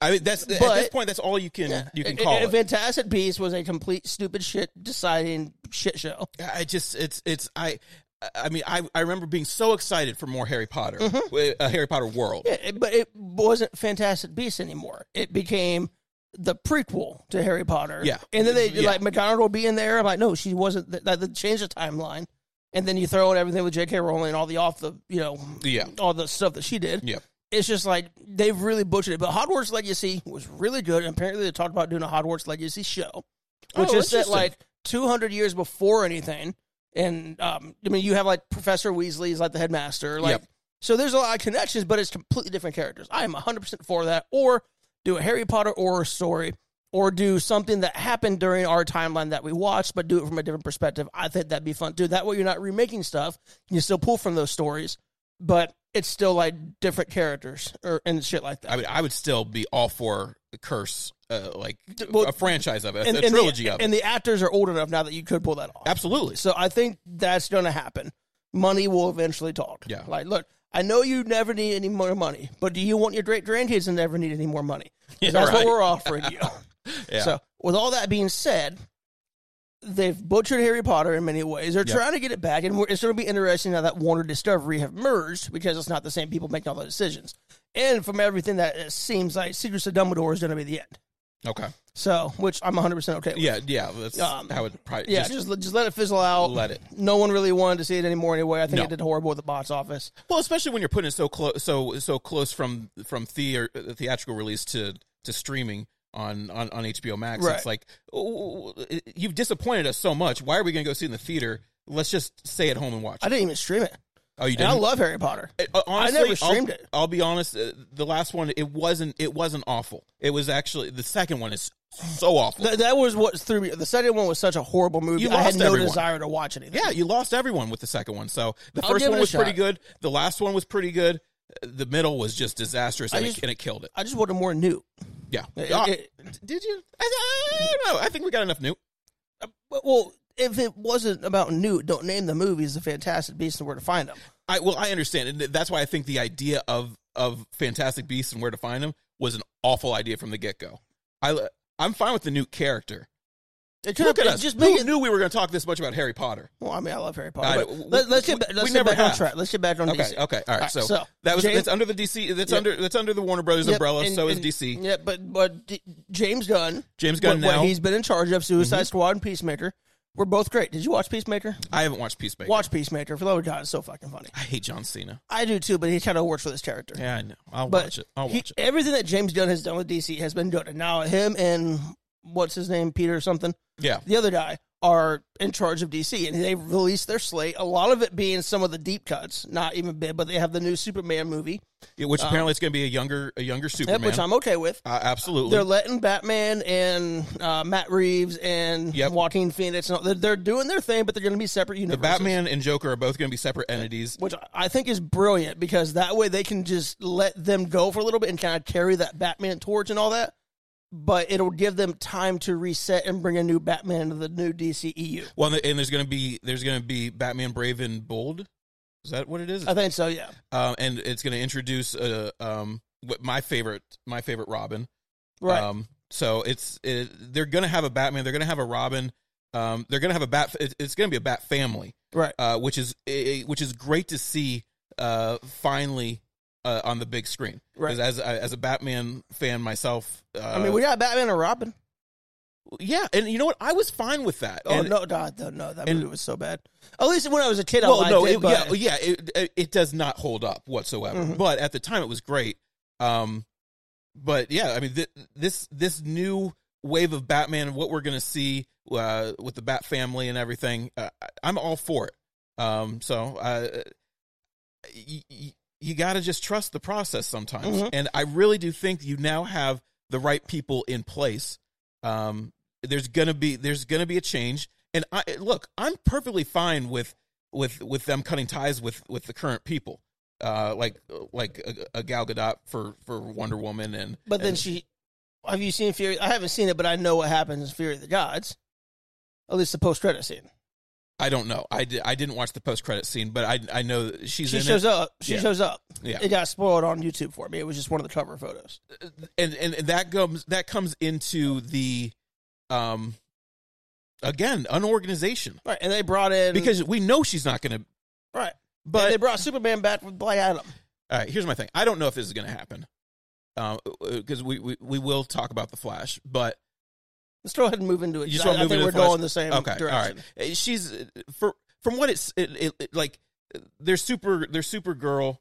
Speaker 2: I mean, that's at this
Speaker 1: But-
Speaker 2: point. That's all you can you can
Speaker 1: A-
Speaker 2: call
Speaker 1: a-
Speaker 2: it.
Speaker 1: Fantastic Beasts was a complete stupid shit deciding shit show.
Speaker 2: I just it's it's I I mean I I remember being so excited for more Harry Potter, a Harry Potter world.
Speaker 1: Mm-hmm. Yeah, it- but it wasn't Fantastic Beasts anymore. It became the prequel to Harry Potter.
Speaker 2: Yeah.
Speaker 1: and then they
Speaker 2: Yeah.
Speaker 1: like McDonald will be in there. I'm like, no, she wasn't. That, that, that changed the timeline. And then you throw in everything with J.K. Rowling and all the off the you know
Speaker 2: Yeah.
Speaker 1: all the stuff that she did.
Speaker 2: Yeah.
Speaker 1: it's just like they've really butchered it. But Hogwarts Legacy was really good. And apparently, they talked about doing a Hogwarts Legacy show, which
Speaker 2: Oh,
Speaker 1: is set
Speaker 2: interesting.
Speaker 1: like 200 years before anything. And um, I mean, you have like Professor Weasley is like the headmaster. Like,
Speaker 2: Yep.
Speaker 1: so there's a lot of connections, but it's completely different characters. I am 100% for that. Or do a Harry Potter horror story, or do something that happened during our timeline that we watched, but do it from a different perspective. I think that'd be fun too. That way, you're not remaking stuff. You still pull from those stories, but it's still like different characters or and shit like that.
Speaker 2: I mean, I would still be all for the curse, uh, like
Speaker 1: well,
Speaker 2: a franchise of it,
Speaker 1: and,
Speaker 2: a
Speaker 1: and
Speaker 2: trilogy
Speaker 1: the,
Speaker 2: of it.
Speaker 1: and the actors are old enough now that you could pull that off.
Speaker 2: Absolutely.
Speaker 1: So I think that's going to happen. Money will eventually talk.
Speaker 2: Yeah.
Speaker 1: Like, look, I know you never need any more money, but do you want your great grandkids to never need any more money? 'Cause
Speaker 2: Yeah,
Speaker 1: that's
Speaker 2: right.
Speaker 1: what we're offering you.
Speaker 2: Yeah.
Speaker 1: So, with all that being said, they've butchered Harry Potter in many ways. They're
Speaker 2: Yeah.
Speaker 1: trying to get it back, and we're, it's going to be interesting now that Warner Discovery have merged because it's not the same people making all those decisions. And from everything that it seems like, Secrets of Dumbledore is going to be the end.
Speaker 2: Okay.
Speaker 1: So, which I'm 100% okay with.
Speaker 2: Yeah. Yeah. That's
Speaker 1: Um,
Speaker 2: how it probably.
Speaker 1: Yeah,
Speaker 2: just-
Speaker 1: just, just let it fizzle out.
Speaker 2: Let it.
Speaker 1: No one really wanted to see it anymore anyway. I think
Speaker 2: No.
Speaker 1: it did horrible at the box office.
Speaker 2: well, especially when you're putting it so close, so so close from from theater uh, theatrical release to to streaming on on, on HBO Max.
Speaker 1: Right.
Speaker 2: It's like oh, you've disappointed us so much. Why are we going to go see it in the theater? Let's just stay at home and watch.
Speaker 1: I
Speaker 2: it.
Speaker 1: didn't even stream it.
Speaker 2: Oh, you
Speaker 1: And
Speaker 2: didn't.
Speaker 1: I love Harry Potter.
Speaker 2: It- uh, honestly,
Speaker 1: never streamed
Speaker 2: I'll,
Speaker 1: it.
Speaker 2: I'll be honest. uh, The last one, it wasn't. It wasn't awful. It was actually the second one is so awful.
Speaker 1: Th- that was what threw me. The second one was such a horrible movie.
Speaker 2: You
Speaker 1: I had
Speaker 2: lost
Speaker 1: no
Speaker 2: everyone.
Speaker 1: desire to watch anything.
Speaker 2: yeah, you lost everyone with the second one. So the
Speaker 1: I'll
Speaker 2: first
Speaker 1: give
Speaker 2: one
Speaker 1: it a
Speaker 2: was pretty
Speaker 1: shot.
Speaker 2: good. The last one was pretty good. uh, The middle was just disastrous, and,
Speaker 1: just-
Speaker 2: it, and it killed it.
Speaker 1: I just wanted more new.
Speaker 2: Yeah.
Speaker 1: It-
Speaker 2: Ah,
Speaker 1: it-
Speaker 2: did you? I, I don't know. I think we got enough new.
Speaker 1: But, well, if it wasn't about Newt, don't name the movies The Fantastic Beasts and Where to Find Them.
Speaker 2: I well, I understand, and th- that's why I think the idea of of Fantastic Beasts and where to find them was an awful idea from the get go. I I'm fine with the new character.
Speaker 1: It could
Speaker 2: Look at
Speaker 1: have
Speaker 2: us.
Speaker 1: just
Speaker 2: Who
Speaker 1: make it.
Speaker 2: knew we were going to talk this much about Harry Potter?
Speaker 1: Well, I mean, I love Harry
Speaker 2: I
Speaker 1: Potter.
Speaker 2: know.
Speaker 1: But let, us
Speaker 2: We-
Speaker 1: get back,
Speaker 2: we
Speaker 1: let's get
Speaker 2: never
Speaker 1: back on
Speaker 2: have.
Speaker 1: track. Let's get back on
Speaker 2: Okay,
Speaker 1: DC.
Speaker 2: okay, all right.
Speaker 1: right,
Speaker 2: so,
Speaker 1: so,
Speaker 2: that was
Speaker 1: James-
Speaker 2: that's under the DC. That's
Speaker 1: Yep.
Speaker 2: under that's under the Warner Brothers
Speaker 1: Yep,
Speaker 2: umbrella.
Speaker 1: and-
Speaker 2: so
Speaker 1: and-
Speaker 2: is DC.
Speaker 1: Yeah, but but D- James Gunn,
Speaker 2: James Gunn
Speaker 1: what, what
Speaker 2: now. Mm-hmm.
Speaker 1: he's been in charge of Suicide Squad and Peacemaker. We're both great. Did you watch Peacemaker?
Speaker 2: I haven't watched Peacemaker.
Speaker 1: Watch Peacemaker. For the love of God, it's so fucking funny.
Speaker 2: I hate John Cena.
Speaker 1: I do too, but he kind of works for this character.
Speaker 2: Yeah, I know. I'll
Speaker 1: But
Speaker 2: watch it. I'll
Speaker 1: he-
Speaker 2: watch it.
Speaker 1: everything that James Gunn has done with DC has been good. And now him and what's his name, Peter or something,
Speaker 2: Yeah.
Speaker 1: the other guy are in charge of DC, and they released their slate. A lot of it being some of the deep cuts, not even big, but they have the new Superman movie,
Speaker 2: Yeah,
Speaker 1: Um,
Speaker 2: which apparently it's going to be a younger a younger
Speaker 1: yep,
Speaker 2: Superman.
Speaker 1: which I'm okay with.
Speaker 2: uh, absolutely.
Speaker 1: They're letting Batman and uh, Matt Reeves and
Speaker 2: Yep.
Speaker 1: Joaquin Phoenix. And all, they're, they're doing their thing, but they're going to be separate
Speaker 2: the
Speaker 1: universes.
Speaker 2: Batman and Joker are both going to be separate entities.
Speaker 1: which I think is brilliant because that way they can just let them go for a little bit and kind of carry that Batman torch and all that. But it'll give them time to reset and bring a new Batman into the new E DCEU.
Speaker 2: Well, and and there's going to be there's going to be Batman Brave and Bold. Is that what it is?
Speaker 1: I think so, yeah.
Speaker 2: Um, and it's going to introduce uh, um what my favorite my favorite Robin.
Speaker 1: Right.
Speaker 2: Um, so it's it, they're going to have a Batman. They're going to have a Robin. Um, they're going to have a bat. It's, it's going to be a bat family,
Speaker 1: right.
Speaker 2: uh, which is eh, eh, which is great to see. Uh, finally, uh, on the big screen. 'Cause
Speaker 1: Right.
Speaker 2: As I- as a Batman fan myself, uh,
Speaker 1: I mean, we got Batman and Robin.
Speaker 2: yeah, and you know what? I was fine with that.
Speaker 1: Oh,
Speaker 2: And-
Speaker 1: no, no, no, no. That
Speaker 2: and-
Speaker 1: movie was so bad. At least when I was a kid, I
Speaker 2: well,
Speaker 1: liked
Speaker 2: no,
Speaker 1: it.
Speaker 2: it-
Speaker 1: but,
Speaker 2: yeah, yeah, it, it- it does not hold up whatsoever.
Speaker 1: Mhm.
Speaker 2: But at the time, it was great. Um, but yeah, I mean, th- this this new wave of Batman, what we're gonna see uh, with the Bat Family and everything, uh, I- I'm all for it. Um, so uh, y- y- you got to just trust the process sometimes,
Speaker 1: Mhm.
Speaker 2: and I really do think you now have the right people in place. Um, there's gonna be there's gonna be a change, and I look, I'm perfectly fine with with with them cutting ties with with the current people, uh, like like a, a Gal Gadot for for Wonder Woman, and
Speaker 1: but then
Speaker 2: and-
Speaker 1: she. Have you seen Fury? I haven't seen it, but I know what happens in Fury of the Gods. At least the post credit scene.
Speaker 2: I don't know, I did I didn't watch the post credit scene, but I I know that she's
Speaker 1: She
Speaker 2: in
Speaker 1: shows up. She
Speaker 2: Yeah.
Speaker 1: shows up.
Speaker 2: Yeah.
Speaker 1: It got spoiled on YouTube for me. It was just one of the cover photos.
Speaker 2: it, and, and and that comes that comes into the, um, again unorganization
Speaker 1: Right, and they brought in
Speaker 2: because we know she's not going to.
Speaker 1: right, but
Speaker 2: But
Speaker 1: they brought Superman back with Black Adam.
Speaker 2: All right, here's my thing. I don't know if this is going to happen because we, we we will talk about the Flash, but
Speaker 1: Let's go ahead and move into it.
Speaker 2: You just
Speaker 1: I,
Speaker 2: wanna
Speaker 1: I
Speaker 2: move
Speaker 1: think
Speaker 2: into
Speaker 1: we're
Speaker 2: the Flash?
Speaker 1: going the same
Speaker 2: okay, all right.
Speaker 1: direction.
Speaker 2: Uh, She's uh, for from what it's it, it, it- like. uh, Their super their Supergirl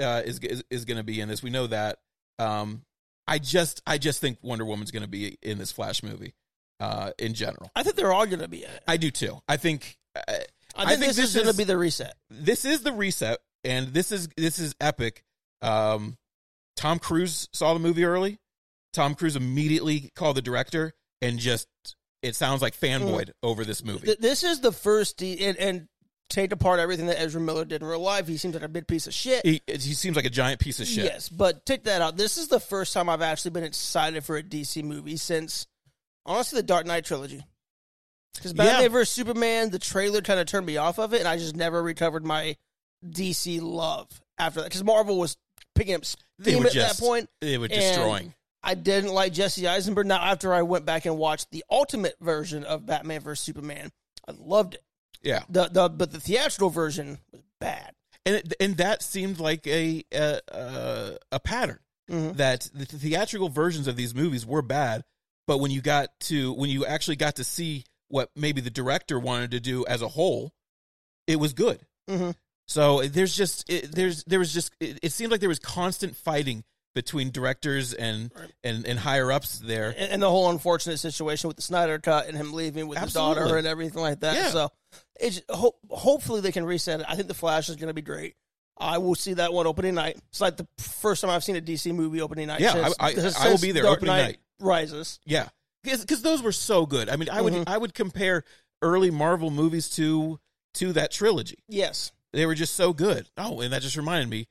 Speaker 2: uh, is is, is going to be in this. We know that. Um, I just I just think Wonder Woman's going to be in this Flash movie uh, in general.
Speaker 1: I think they're all going to be in it.
Speaker 2: I do too. I think uh,
Speaker 1: I
Speaker 2: I
Speaker 1: think,
Speaker 2: think
Speaker 1: this,
Speaker 2: this
Speaker 1: is, going
Speaker 2: is-
Speaker 1: to be the reset.
Speaker 2: this is the reset, and this is this is epic. Um, Tom Cruise saw the movie early. Tom Cruise immediately called the director and just it sounds like fanboyed over this movie.
Speaker 1: Th- This is Mm. the first D- and, and take apart everything that Ezra Miller did in real life. He seems like a big piece of shit.
Speaker 2: he, he seems like a giant piece of shit.
Speaker 1: Yes, but take that out. This is the first time I've actually been excited for a DC movie since, honestly, the Dark Knight trilogy. Because
Speaker 2: Yeah.
Speaker 1: Batman vs Superman, the trailer kind of turned me off of it, and I just never recovered my DC love after that. Because Marvel was picking up
Speaker 2: They
Speaker 1: steam
Speaker 2: were
Speaker 1: at
Speaker 2: just
Speaker 1: that point.
Speaker 2: they were
Speaker 1: and
Speaker 2: destroying.
Speaker 1: I didn't like Jesse Eisenberg. Now, after I went back and watched the ultimate version of Batman vs Superman, I loved it.
Speaker 2: Yeah,
Speaker 1: The the but the theatrical version was bad.
Speaker 2: and it, and that seemed like a a, a, a pattern
Speaker 1: Mhm.
Speaker 2: that the theatrical versions of these movies were bad, but when you got to when you actually got to see what maybe the director wanted to do as a whole, it was good.
Speaker 1: Mm-hmm.
Speaker 2: So there's just it, there's there was just it, it seemed like there was constant fighting between directors and
Speaker 1: Right.
Speaker 2: and and higher ups there.
Speaker 1: and, and the whole unfortunate situation with the Snyder cut and him leaving with his daughter
Speaker 2: Absolutely.
Speaker 1: and everything like that.
Speaker 2: Yeah.
Speaker 1: So it's ho- hopefully they can reset it. I think the Flash is going to be great. I will see that one opening night. It's like the first time I've seen a DC movie opening night.
Speaker 2: Yeah,
Speaker 1: since,
Speaker 2: I- I-
Speaker 1: since
Speaker 2: I will be there
Speaker 1: Dark
Speaker 2: opening night.
Speaker 1: Rises.
Speaker 2: Yeah, because those were so good. I mean, I would
Speaker 1: Mhm.
Speaker 2: I would compare early Marvel movies to to that trilogy.
Speaker 1: Yes,
Speaker 2: They were just so good. Oh, and that just reminded me.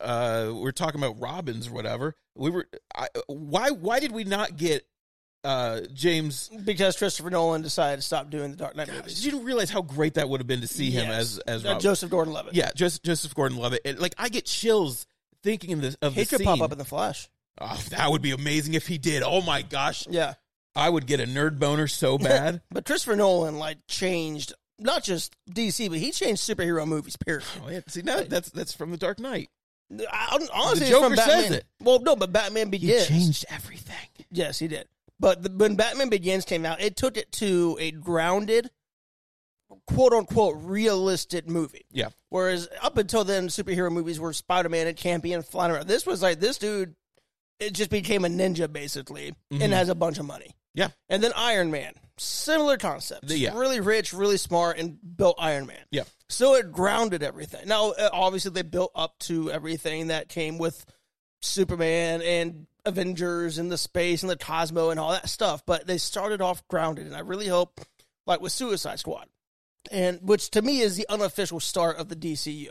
Speaker 2: Uh, we are talking about Robbins or whatever. We were. I, why? Why did we not get uh, James
Speaker 1: because Christopher Nolan decided to stop doing the Dark Knight movies.
Speaker 2: You didn't realize how great that would have been to see him
Speaker 1: Yes.
Speaker 2: as as
Speaker 1: Uh,
Speaker 2: Robin.
Speaker 1: Joseph Gordon-Levitt.
Speaker 2: yeah, just Joseph Gordon-Levitt. And, like I get chills thinking of the of
Speaker 1: he
Speaker 2: the
Speaker 1: could
Speaker 2: scene.
Speaker 1: pop up in the Flash.
Speaker 2: oh, that would be amazing if he did. Oh my gosh,
Speaker 1: Yeah,
Speaker 2: I would get a nerd boner so bad.
Speaker 1: but Christopher Nolan like changed not just DC, but he changed superhero movies. Period.
Speaker 2: oh, yeah. See, now that's that's from The Dark Knight.
Speaker 1: I, honestly, it's from
Speaker 2: The Joker says
Speaker 1: Batman.
Speaker 2: it.
Speaker 1: Well, no, but Batman Begins.
Speaker 2: everything.
Speaker 1: Yes, he did. But the, when Batman Begins came out, it took it to a grounded, quote unquote, realistic movie.
Speaker 2: Yeah,
Speaker 1: Whereas up until then, superhero movies were Spider Man and campy and flying around. This was like this dude, it just became a ninja basically,
Speaker 2: Mhm.
Speaker 1: and has a bunch of money.
Speaker 2: Yeah.
Speaker 1: And then Iron Man, similar concept.
Speaker 2: The- yeah.
Speaker 1: Really rich, really smart, and built Iron Man.
Speaker 2: Yeah.
Speaker 1: So it grounded everything. Now, uh, obviously, they built up to everything that came with Superman and Avengers and the space and the Cosmo and all that stuff, but they started off grounded. And I really hope, like with Suicide Squad, and which to me is the unofficial start of the DCU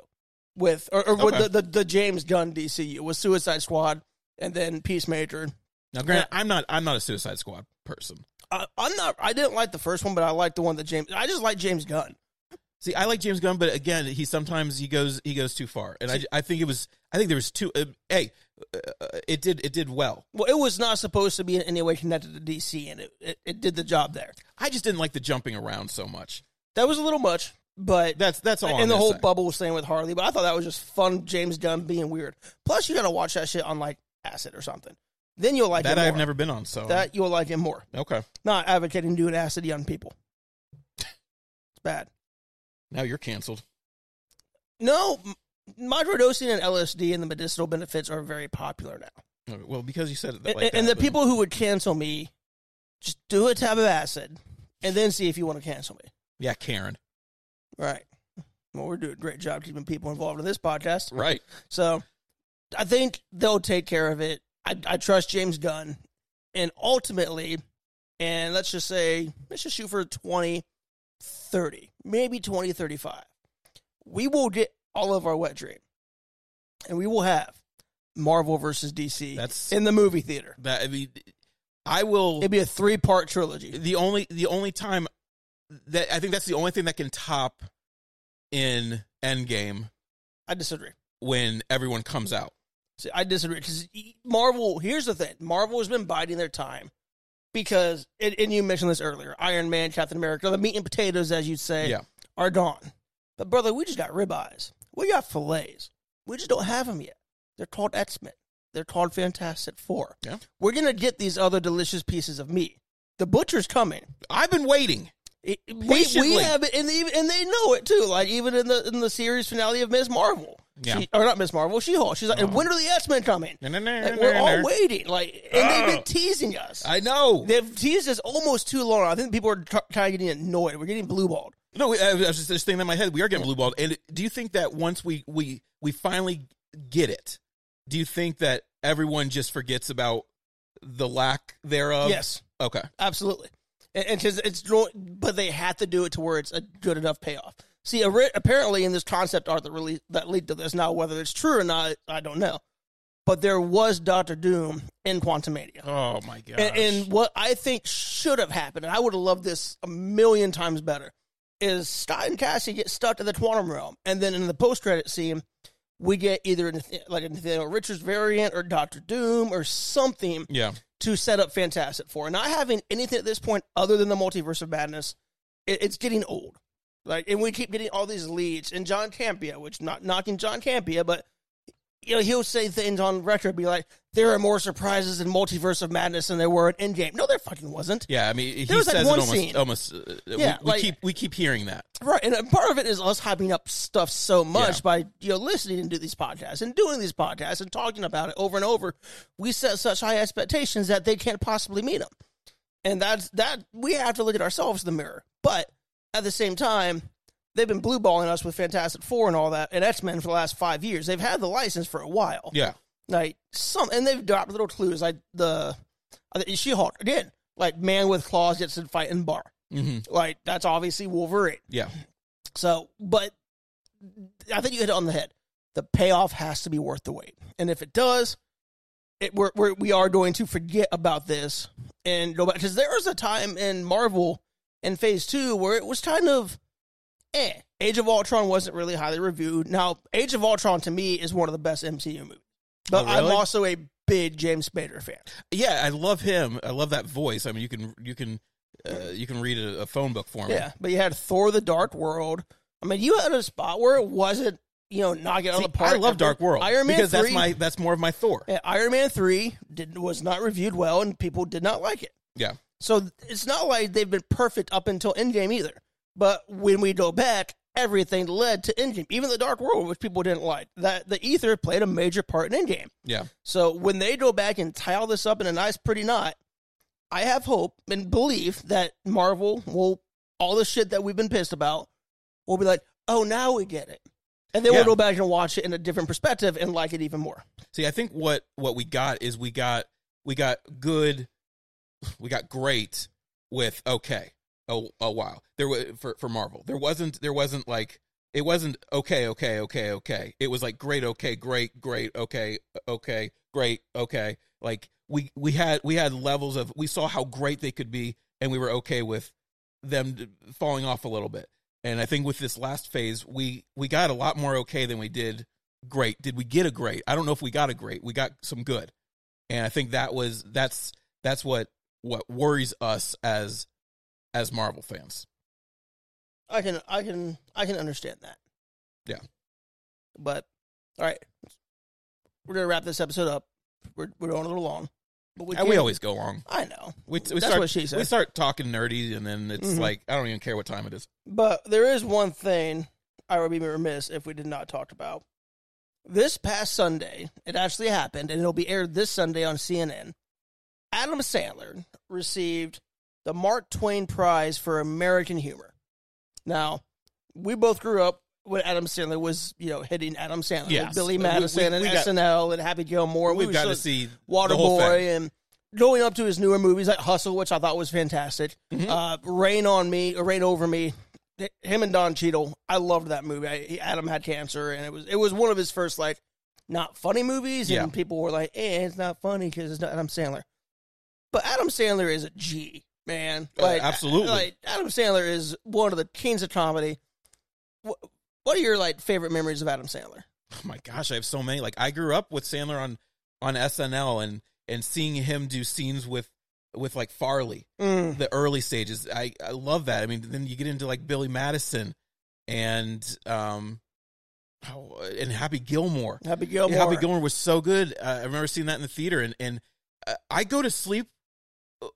Speaker 1: with, or, or
Speaker 2: Okay.
Speaker 1: with the, the, the James Gunn DCU, with Suicide Squad and then Peacemaker
Speaker 2: Now, granted, I'm not I'm not a Suicide Squad person.
Speaker 1: I, I'm not. I didn't like the first one, but I like the one that James. I just like James Gunn.
Speaker 2: See, I like James Gunn, but again, he sometimes he goes he goes too far, and I, I think it was I think there was two. Uh, hey, uh, it did it did well.
Speaker 1: Well, it was not supposed to be in any way connected to DC, and it, it, it did the job there.
Speaker 2: I just didn't like the jumping around so much.
Speaker 1: That was a little much, but
Speaker 2: That's that's all. I'm
Speaker 1: and the
Speaker 2: gonna
Speaker 1: whole
Speaker 2: say.
Speaker 1: bubble thing with Harley. But I thought that was just fun. James Gunn being weird. Plus, you got to watch that shit on like acid or something. Then you'll like
Speaker 2: that
Speaker 1: it
Speaker 2: I've
Speaker 1: more.
Speaker 2: never been on. So
Speaker 1: that you'll like it more.
Speaker 2: okay,
Speaker 1: Not advocating doing acid to young people. It's bad.
Speaker 2: now you're canceled.
Speaker 1: No, m- microdosing and LSD and the medicinal benefits are very popular now.
Speaker 2: Okay, Well, because you said it
Speaker 1: and,
Speaker 2: like that,
Speaker 1: and the
Speaker 2: then-
Speaker 1: people who would cancel me, just do a tab of acid, and then see if you want to cancel me.
Speaker 2: yeah, Karen,
Speaker 1: Right. Well, we're doing a great job keeping people involved in this podcast.
Speaker 2: right?
Speaker 1: So I think they'll take care of it. I, I trust James Gunn. And ultimately, and let's just say, let's just shoot for 20, 30, maybe 20, 35. We will get all of our wet dream. And we will have Marvel versus DC
Speaker 2: That's-
Speaker 1: in the movie theater.
Speaker 2: That I mean, I will.
Speaker 1: It'd be a three part trilogy.
Speaker 2: the only the only time that I think that's the only thing that can top in Endgame
Speaker 1: I disagree.
Speaker 2: when everyone comes out.
Speaker 1: See, I disagree because Marvel. Here's the thing: Marvel has been biding their time because, and, and you mentioned this earlier, Iron Man, Captain America, the meat and potatoes, as you'd say,
Speaker 2: Yeah.
Speaker 1: are gone. But brother, we just got ribeyes. We got fillets. We just don't have them yet. They're called X Men. They're called Fantastic Four.
Speaker 2: Yeah.
Speaker 1: We're gonna get these other delicious pieces of meat. The butcher's coming.
Speaker 2: I've been waiting.
Speaker 1: It- we we
Speaker 2: Patiently.
Speaker 1: have it, and even and they know it too. Like even in the in the series finale of Ms. Marvel,
Speaker 2: Yeah. Uh-huh.
Speaker 1: she, or not Ms. Marvel, She Hulk. She's like, and when are the X Men coming? Like, we're all waiting. Like, and they've been teasing us.
Speaker 2: I know.
Speaker 1: They've teased us almost too long. I think people are tr- kind of getting annoyed. We're getting blue balled.
Speaker 2: No, I I was just, just thinking in my head. We are getting blue balled. And do you think that once we we we finally get it, do you think that everyone just forgets about the lack thereof?
Speaker 1: yes,
Speaker 2: Okay.
Speaker 1: absolutely. And, and 'cause it's dro- but they have to do it to where it's a good enough payoff. See, a re- apparently in this concept art that really that lead to this. Now, whether it's true or not, I don't know. But there was Doctor Doom in Quantumania.
Speaker 2: Oh my god.
Speaker 1: and, and what I think should have happened, and I would have loved this a million times better, is Scott and Cassie get stuck in the quantum realm, and then in the post credit scene, we get either Nath- like a Nathaniel Richards variant or Doctor Doom or something
Speaker 2: yeah.
Speaker 1: to set up Fantastic Four. Not having anything at this point other than the Multiverse of Madness, it, it's getting old. Like, and we keep getting all these leads. And John Campia, which not knocking John Campia, but you know he'll say things on record, be like, "There are more surprises in Multiverse of Madness than there were in Endgame." No, there fucking wasn't.
Speaker 2: Yeah, I mean, he
Speaker 1: There was,
Speaker 2: says
Speaker 1: like,
Speaker 2: it
Speaker 1: one
Speaker 2: almost,
Speaker 1: scene.
Speaker 2: almost. Uh,
Speaker 1: Yeah,
Speaker 2: we, we
Speaker 1: like-
Speaker 2: keep we keep hearing that.
Speaker 1: Right, and uh, part of it is us hyping up stuff so much
Speaker 2: Yeah.
Speaker 1: by you know listening to these podcasts and doing these podcasts and talking about it over and over. We set such high expectations that they can't possibly meet them, and that's that. We have to look at ourselves in the mirror. But at the same time, they've been blue balling us with Fantastic Four and all that, and X Men for the last five years. They've had the license for a while,
Speaker 2: Yeah,
Speaker 1: like some, and they've dropped little clues like the She Hulk again, like man with claws gets to fight in bar.
Speaker 2: hmm
Speaker 1: Like that's obviously Wolverine.
Speaker 2: yeah,
Speaker 1: So, but I think you hit it on the head. The payoff has to be worth the wait, and if it does, it, we're, we're we are going to forget about this and go back because there was a time in Marvel in Phase Two where it was kind of eh. Age of Ultron wasn't really highly reviewed. Now, Age of Ultron to me is one of the best MCU movies, but
Speaker 2: Oh, really?
Speaker 1: I'm also a big James Spader fan.
Speaker 2: yeah. I love him. I love that voice. I mean, you can you can uh, you can read a, a phone book for me.
Speaker 1: Yeah, but you had Thor: The Dark World. I mean, you had a spot where it wasn't. You know, knock it out
Speaker 2: See,
Speaker 1: of the park.
Speaker 2: I love
Speaker 1: Every-
Speaker 2: Dark World
Speaker 1: Iron Man
Speaker 2: because
Speaker 1: 3,
Speaker 2: that's my that's more of my Thor.
Speaker 1: Yeah, Iron Man three did, was not reviewed well, and people did not like it.
Speaker 2: Yeah.
Speaker 1: So th- it's not like they've been perfect up until Endgame either. But when we go back, everything led to Endgame. Even the Dark World, which people didn't like, that the Ether played a major part in Endgame.
Speaker 2: Yeah.
Speaker 1: So when they go back and tie all this up in a nice, pretty knot, I have hope and belief that Marvel will all the shit that we've been pissed about will be like, oh, now we get it, and then
Speaker 2: Yeah.
Speaker 1: we'll go back and watch it in a different perspective and like it even more.
Speaker 2: See, I think what what we got is we got we got good, we got great with okay. Oh, oh wow. There was for for Marvel. There wasn't there wasn't like it wasn't okay, okay, okay, okay. It was like great, okay, great, great, okay, okay, great, okay. Like we we had we had levels of we saw how great they could be and we were okay with them d- falling off a little bit. And I think with this last phase, we we got a lot more okay than we did great. Did we get a great? I don't know if we got a great. We got some good, and I think that was that's that's what what worries us as as Marvel fans.
Speaker 1: I can, I can, I can understand that.
Speaker 2: Yeah.
Speaker 1: But all right, we're gonna wrap this episode up. We're we're going a little long, but we
Speaker 2: And we
Speaker 1: can-
Speaker 2: always go long.
Speaker 1: I know.
Speaker 2: We, we
Speaker 1: That's
Speaker 2: start
Speaker 1: what she said.
Speaker 2: we start talking nerdy, and then it's
Speaker 1: Mhm.
Speaker 2: like I don't even care what time it is.
Speaker 1: But there is one thing I would be remiss if we did not talk about. This past Sunday, it actually happened, and it'll be aired this Sunday on CNN. Adam Sandler received the Mark Twain Prize for American Humor. Now, we both grew up when Adam Sandler was, you know, hitting Adam Sandler,
Speaker 2: Yes.
Speaker 1: like Billy
Speaker 2: We-
Speaker 1: Madison
Speaker 2: we- we
Speaker 1: and
Speaker 2: got-
Speaker 1: SNL and Happy Gilmore. We
Speaker 2: We've
Speaker 1: were
Speaker 2: got to
Speaker 1: so-
Speaker 2: see the whole thing.
Speaker 1: Waterboy and going up to his newer movies like Hustle, which I thought was fantastic.
Speaker 2: Mhm.
Speaker 1: Uh, Rain on Me, or Rain Over Me. Th- Him and Don Cheadle. I loved that movie. I, he- Adam had cancer, and it was it was one of his first like not funny movies,
Speaker 2: Yeah.
Speaker 1: and people were like, "Eh, it's not funny because it's not Adam Sandler." But Adam Sandler is a G man.
Speaker 2: Uh,
Speaker 1: Like
Speaker 2: absolutely.
Speaker 1: Like Adam Sandler is one of the kings of comedy. What, what are your like favorite memories of Adam Sandler?
Speaker 2: oh my gosh, I have so many. Like I grew up with Sandler on on SNL and and seeing him do scenes with with like Farley,
Speaker 1: Mm.
Speaker 2: the early stages. I I love that. I mean, then you get into like Billy Madison and um oh, and Happy Gilmore.
Speaker 1: Happy Gilmore.
Speaker 2: Happy Gilmore was so good. Uh, I remember seeing that in the theater and and uh, I go to sleep uh,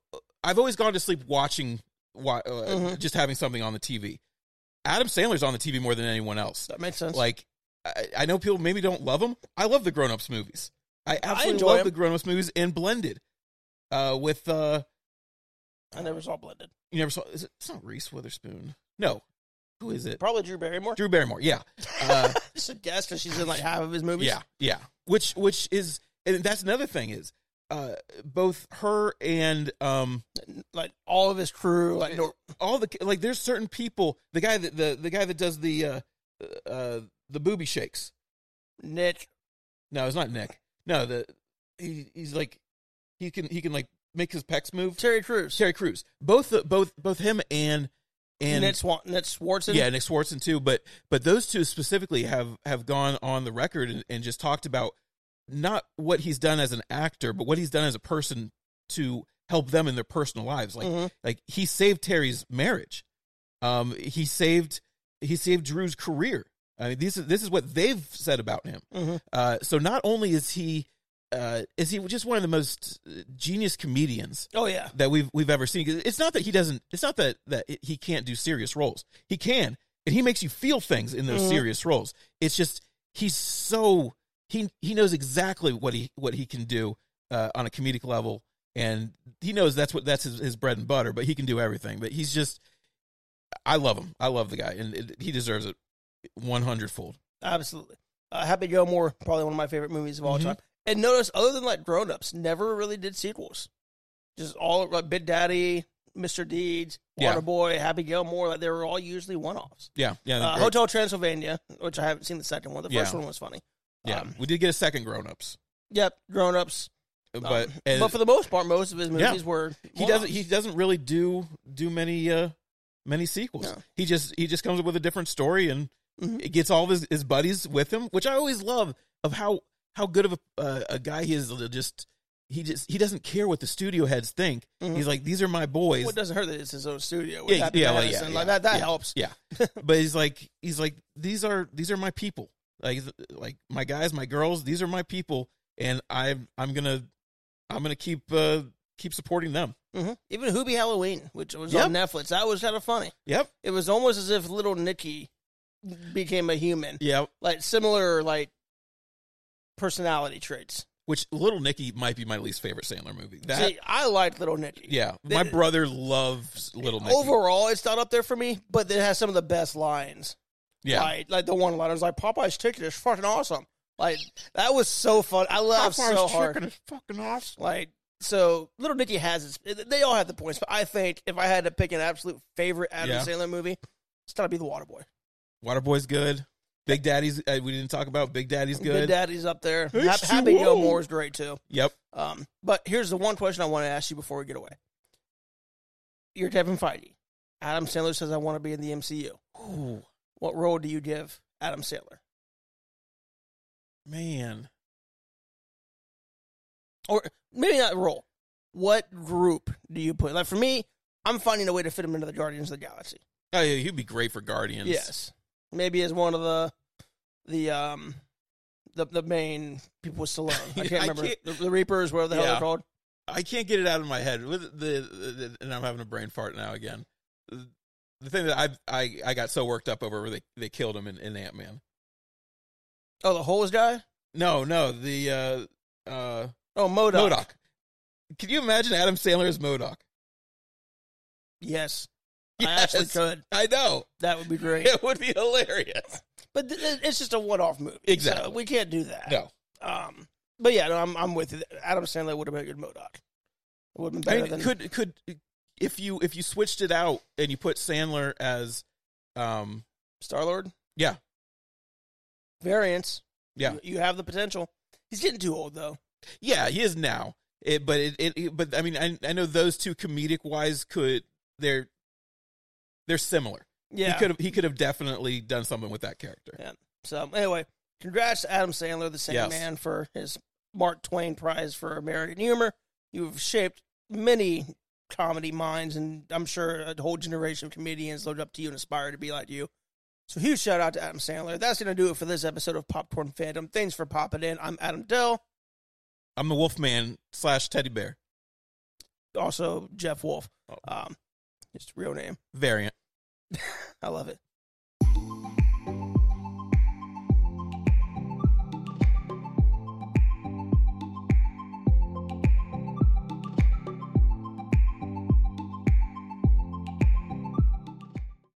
Speaker 2: I've always gone to sleep watching wa- uh,
Speaker 1: Mhm.
Speaker 2: just having something on the TV. Adam Sandler's on the TV more than anyone else.
Speaker 1: That makes sense.
Speaker 2: Like, I, I know people maybe don't love them. I love the grown ups movies. I absolutely
Speaker 1: enjoy
Speaker 2: love
Speaker 1: 'em.
Speaker 2: the grown ups movies and blended. Uh, with uh,
Speaker 1: I never saw Blended.
Speaker 2: you never saw is it, it's not Reese Witherspoon. No, who is it?
Speaker 1: Probably Drew Barrymore.
Speaker 2: Drew Barrymore. Yeah, uh,
Speaker 1: Just a guess because she's in like half of his movies.
Speaker 2: yeah, yeah. Which which is and that's another thing is uh, both her and um
Speaker 1: like all of his crew. Like Nor-
Speaker 2: all the like there's certain people the guy that the, the guy that does the uh uh the booby shakes
Speaker 1: Nick.
Speaker 2: no it's not nick no the he, he's like he can he can like make his pecs move
Speaker 1: Terry Crews,
Speaker 2: terry crews both the, both both him and and
Speaker 1: Ned, Swan- Ned Swartzen.
Speaker 2: yeah nick swartzen too but but those two specifically have have gone on the record and, and just talked about not what he's done as an actor but what he's done as a person to help them in their personal lives like
Speaker 1: Mhm.
Speaker 2: like he saved Terry's marriage. Um, he saved he saved Drew's career. I mean, this is this is what they've said about him.
Speaker 1: Mhm.
Speaker 2: Uh, so not only is he uh, is he just one of the most uh, genius comedians
Speaker 1: Oh yeah.
Speaker 2: that we've we've ever seen. 'Cause It's not that he doesn't. It's not that that he can't do serious roles. He can, and he makes you feel things in those
Speaker 1: Mhm.
Speaker 2: serious roles. It's just he's so he he knows exactly what he what he can do uh, on a comedic level, and he knows that's what that's his, his bread and butter. But he can do everything. But he's just, I love him. I love the guy, and it, he deserves it one hundredfold.
Speaker 1: Absolutely. Uh, Happy Gilmore, probably one of my favorite movies of all
Speaker 2: Mhm.
Speaker 1: time. And notice, other than like Grown Ups, never really did sequels. Just all like Big Daddy, Mr. Deeds,
Speaker 2: Yeah.
Speaker 1: Waterboy, Happy Gilmore. Like they were all usually one offs.
Speaker 2: Yeah, yeah,
Speaker 1: Uh, Hotel Transylvania, which I haven't seen the second one. The first
Speaker 2: Yeah.
Speaker 1: one was funny.
Speaker 2: yeah.
Speaker 1: um,
Speaker 2: we did get a second grown ups,
Speaker 1: Yep, Grown Ups.
Speaker 2: but
Speaker 1: Um,
Speaker 2: and-
Speaker 1: but for the most part, most of his
Speaker 2: Yeah.
Speaker 1: movies were
Speaker 2: he doesn't
Speaker 1: one-offs.
Speaker 2: he doesn't really do do many uh many sequels
Speaker 1: No.
Speaker 2: he just he just comes up with a different story and
Speaker 1: Mhm.
Speaker 2: it gets all of his, his buddies with him which i always love of how how good of a uh, a guy he is to just he just he doesn't care what the studio heads think
Speaker 1: Mhm.
Speaker 2: he's like these are my boys
Speaker 1: Well, it doesn't hurt that it's his own studio. With
Speaker 2: Yeah,
Speaker 1: Happy
Speaker 2: yeah, well,
Speaker 1: Madison.
Speaker 2: yeah,
Speaker 1: like
Speaker 2: yeah,
Speaker 1: that, that
Speaker 2: yeah.
Speaker 1: helps.
Speaker 2: yeah but he's like he's like these are these are my people like like my guys my girls these are my people and i i'm gonna i'm gonna keep uh keep supporting them
Speaker 1: Mhm. Even Hubie Halloween, which was
Speaker 2: Yep.
Speaker 1: on Netflix, that was kind of funny.
Speaker 2: yep
Speaker 1: It was almost as if little Nicky became a human,
Speaker 2: yep
Speaker 1: like similar like personality traits.
Speaker 2: Which Little Nicky might be my least favorite Sandler movie. That
Speaker 1: See, I like Little Nicky.
Speaker 2: yeah, my brother loves Little Nicky.
Speaker 1: Overall, it's not up there for me, but it has some of the best lines.
Speaker 2: yeah,
Speaker 1: Like, like the one liners like Popeye's chicken is fucking awesome. Like that was so fun. I laughed so hard.
Speaker 2: is fucking awesome.
Speaker 1: Like so, Little Nicky has its. They all have the points, but I think if I had to pick an absolute favorite Adam
Speaker 2: Yeah.
Speaker 1: Sandler movie, it's gotta be The Waterboy.
Speaker 2: Waterboy's good. Big Daddy's uh, we didn't talk about. Big Daddy's good.
Speaker 1: Good Daddy's up there.
Speaker 2: H2O.
Speaker 1: Hap- Happy Gilmore's great too.
Speaker 2: Yep.
Speaker 1: Um, but here's the one question I want to ask you before we get away. You're Kevin Feige. Adam Sandler says I want to be in the MCU.
Speaker 2: Ooh,
Speaker 1: What role do you give Adam Sandler?
Speaker 2: man.
Speaker 1: Or maybe not role. What group do you put? Like for me, I'm finding a way to fit him into the Guardians of the Galaxy.
Speaker 2: Oh yeah, he'd be great for Guardians.
Speaker 1: Yes. Maybe as one of the the um the the main people with Stallone. I
Speaker 2: I
Speaker 1: can't remember
Speaker 2: can't-
Speaker 1: the, the Reapers, whatever the hell
Speaker 2: Yeah.
Speaker 1: they're called.
Speaker 2: I can't get it out of my head with the, the, the- and I'm having a brain fart now again. The thing that I I I got so worked up over where they they killed him in, in Ant Man.
Speaker 1: Oh, the holes guy.
Speaker 2: No, no, the uh uh
Speaker 1: Oh, Modoc.
Speaker 2: Modoc. Can you imagine Adam Sandler as Modoc?
Speaker 1: Yes, I actually
Speaker 2: Yes.
Speaker 1: could.
Speaker 2: I know
Speaker 1: That would be great.
Speaker 2: it would be hilarious.
Speaker 1: But th- th- it's just a one-off movie.
Speaker 2: Exactly.
Speaker 1: So we can't do that.
Speaker 2: No,
Speaker 1: Um. But yeah, no, I'm I'm with you. Adam Sandler would have been a good Modoc. It would have been
Speaker 2: I
Speaker 1: better than
Speaker 2: mean, could could if you if you switched it out and you put Sandler as um
Speaker 1: Star Lord.
Speaker 2: Yeah.
Speaker 1: Variants.
Speaker 2: yeah
Speaker 1: You, you have the potential. He's getting too old though.
Speaker 2: yeah he is now it, but it, it, it- but I mean I I know those two comedic wise could they're they're similar
Speaker 1: Yeah.
Speaker 2: he could have he could have definitely done something with that character
Speaker 1: Yeah. So anyway, congrats to Adam Sandler, the Sandman,
Speaker 2: Yes.
Speaker 1: man, for his Mark Twain Prize for American humor. You've shaped many comedy minds, and I'm sure a whole generation of comedians looked up to you and aspire to be like you. So huge shout out to Adam Sandler. That's gonna do it for this episode of Popcorn Fandom. Thanks for popping in. I'm Adam Dell,
Speaker 2: I'm the Wolfman slash teddy bear
Speaker 1: also Jeff Wolf.
Speaker 2: Oh.
Speaker 1: Um, his real name.
Speaker 2: variant.
Speaker 1: I love it.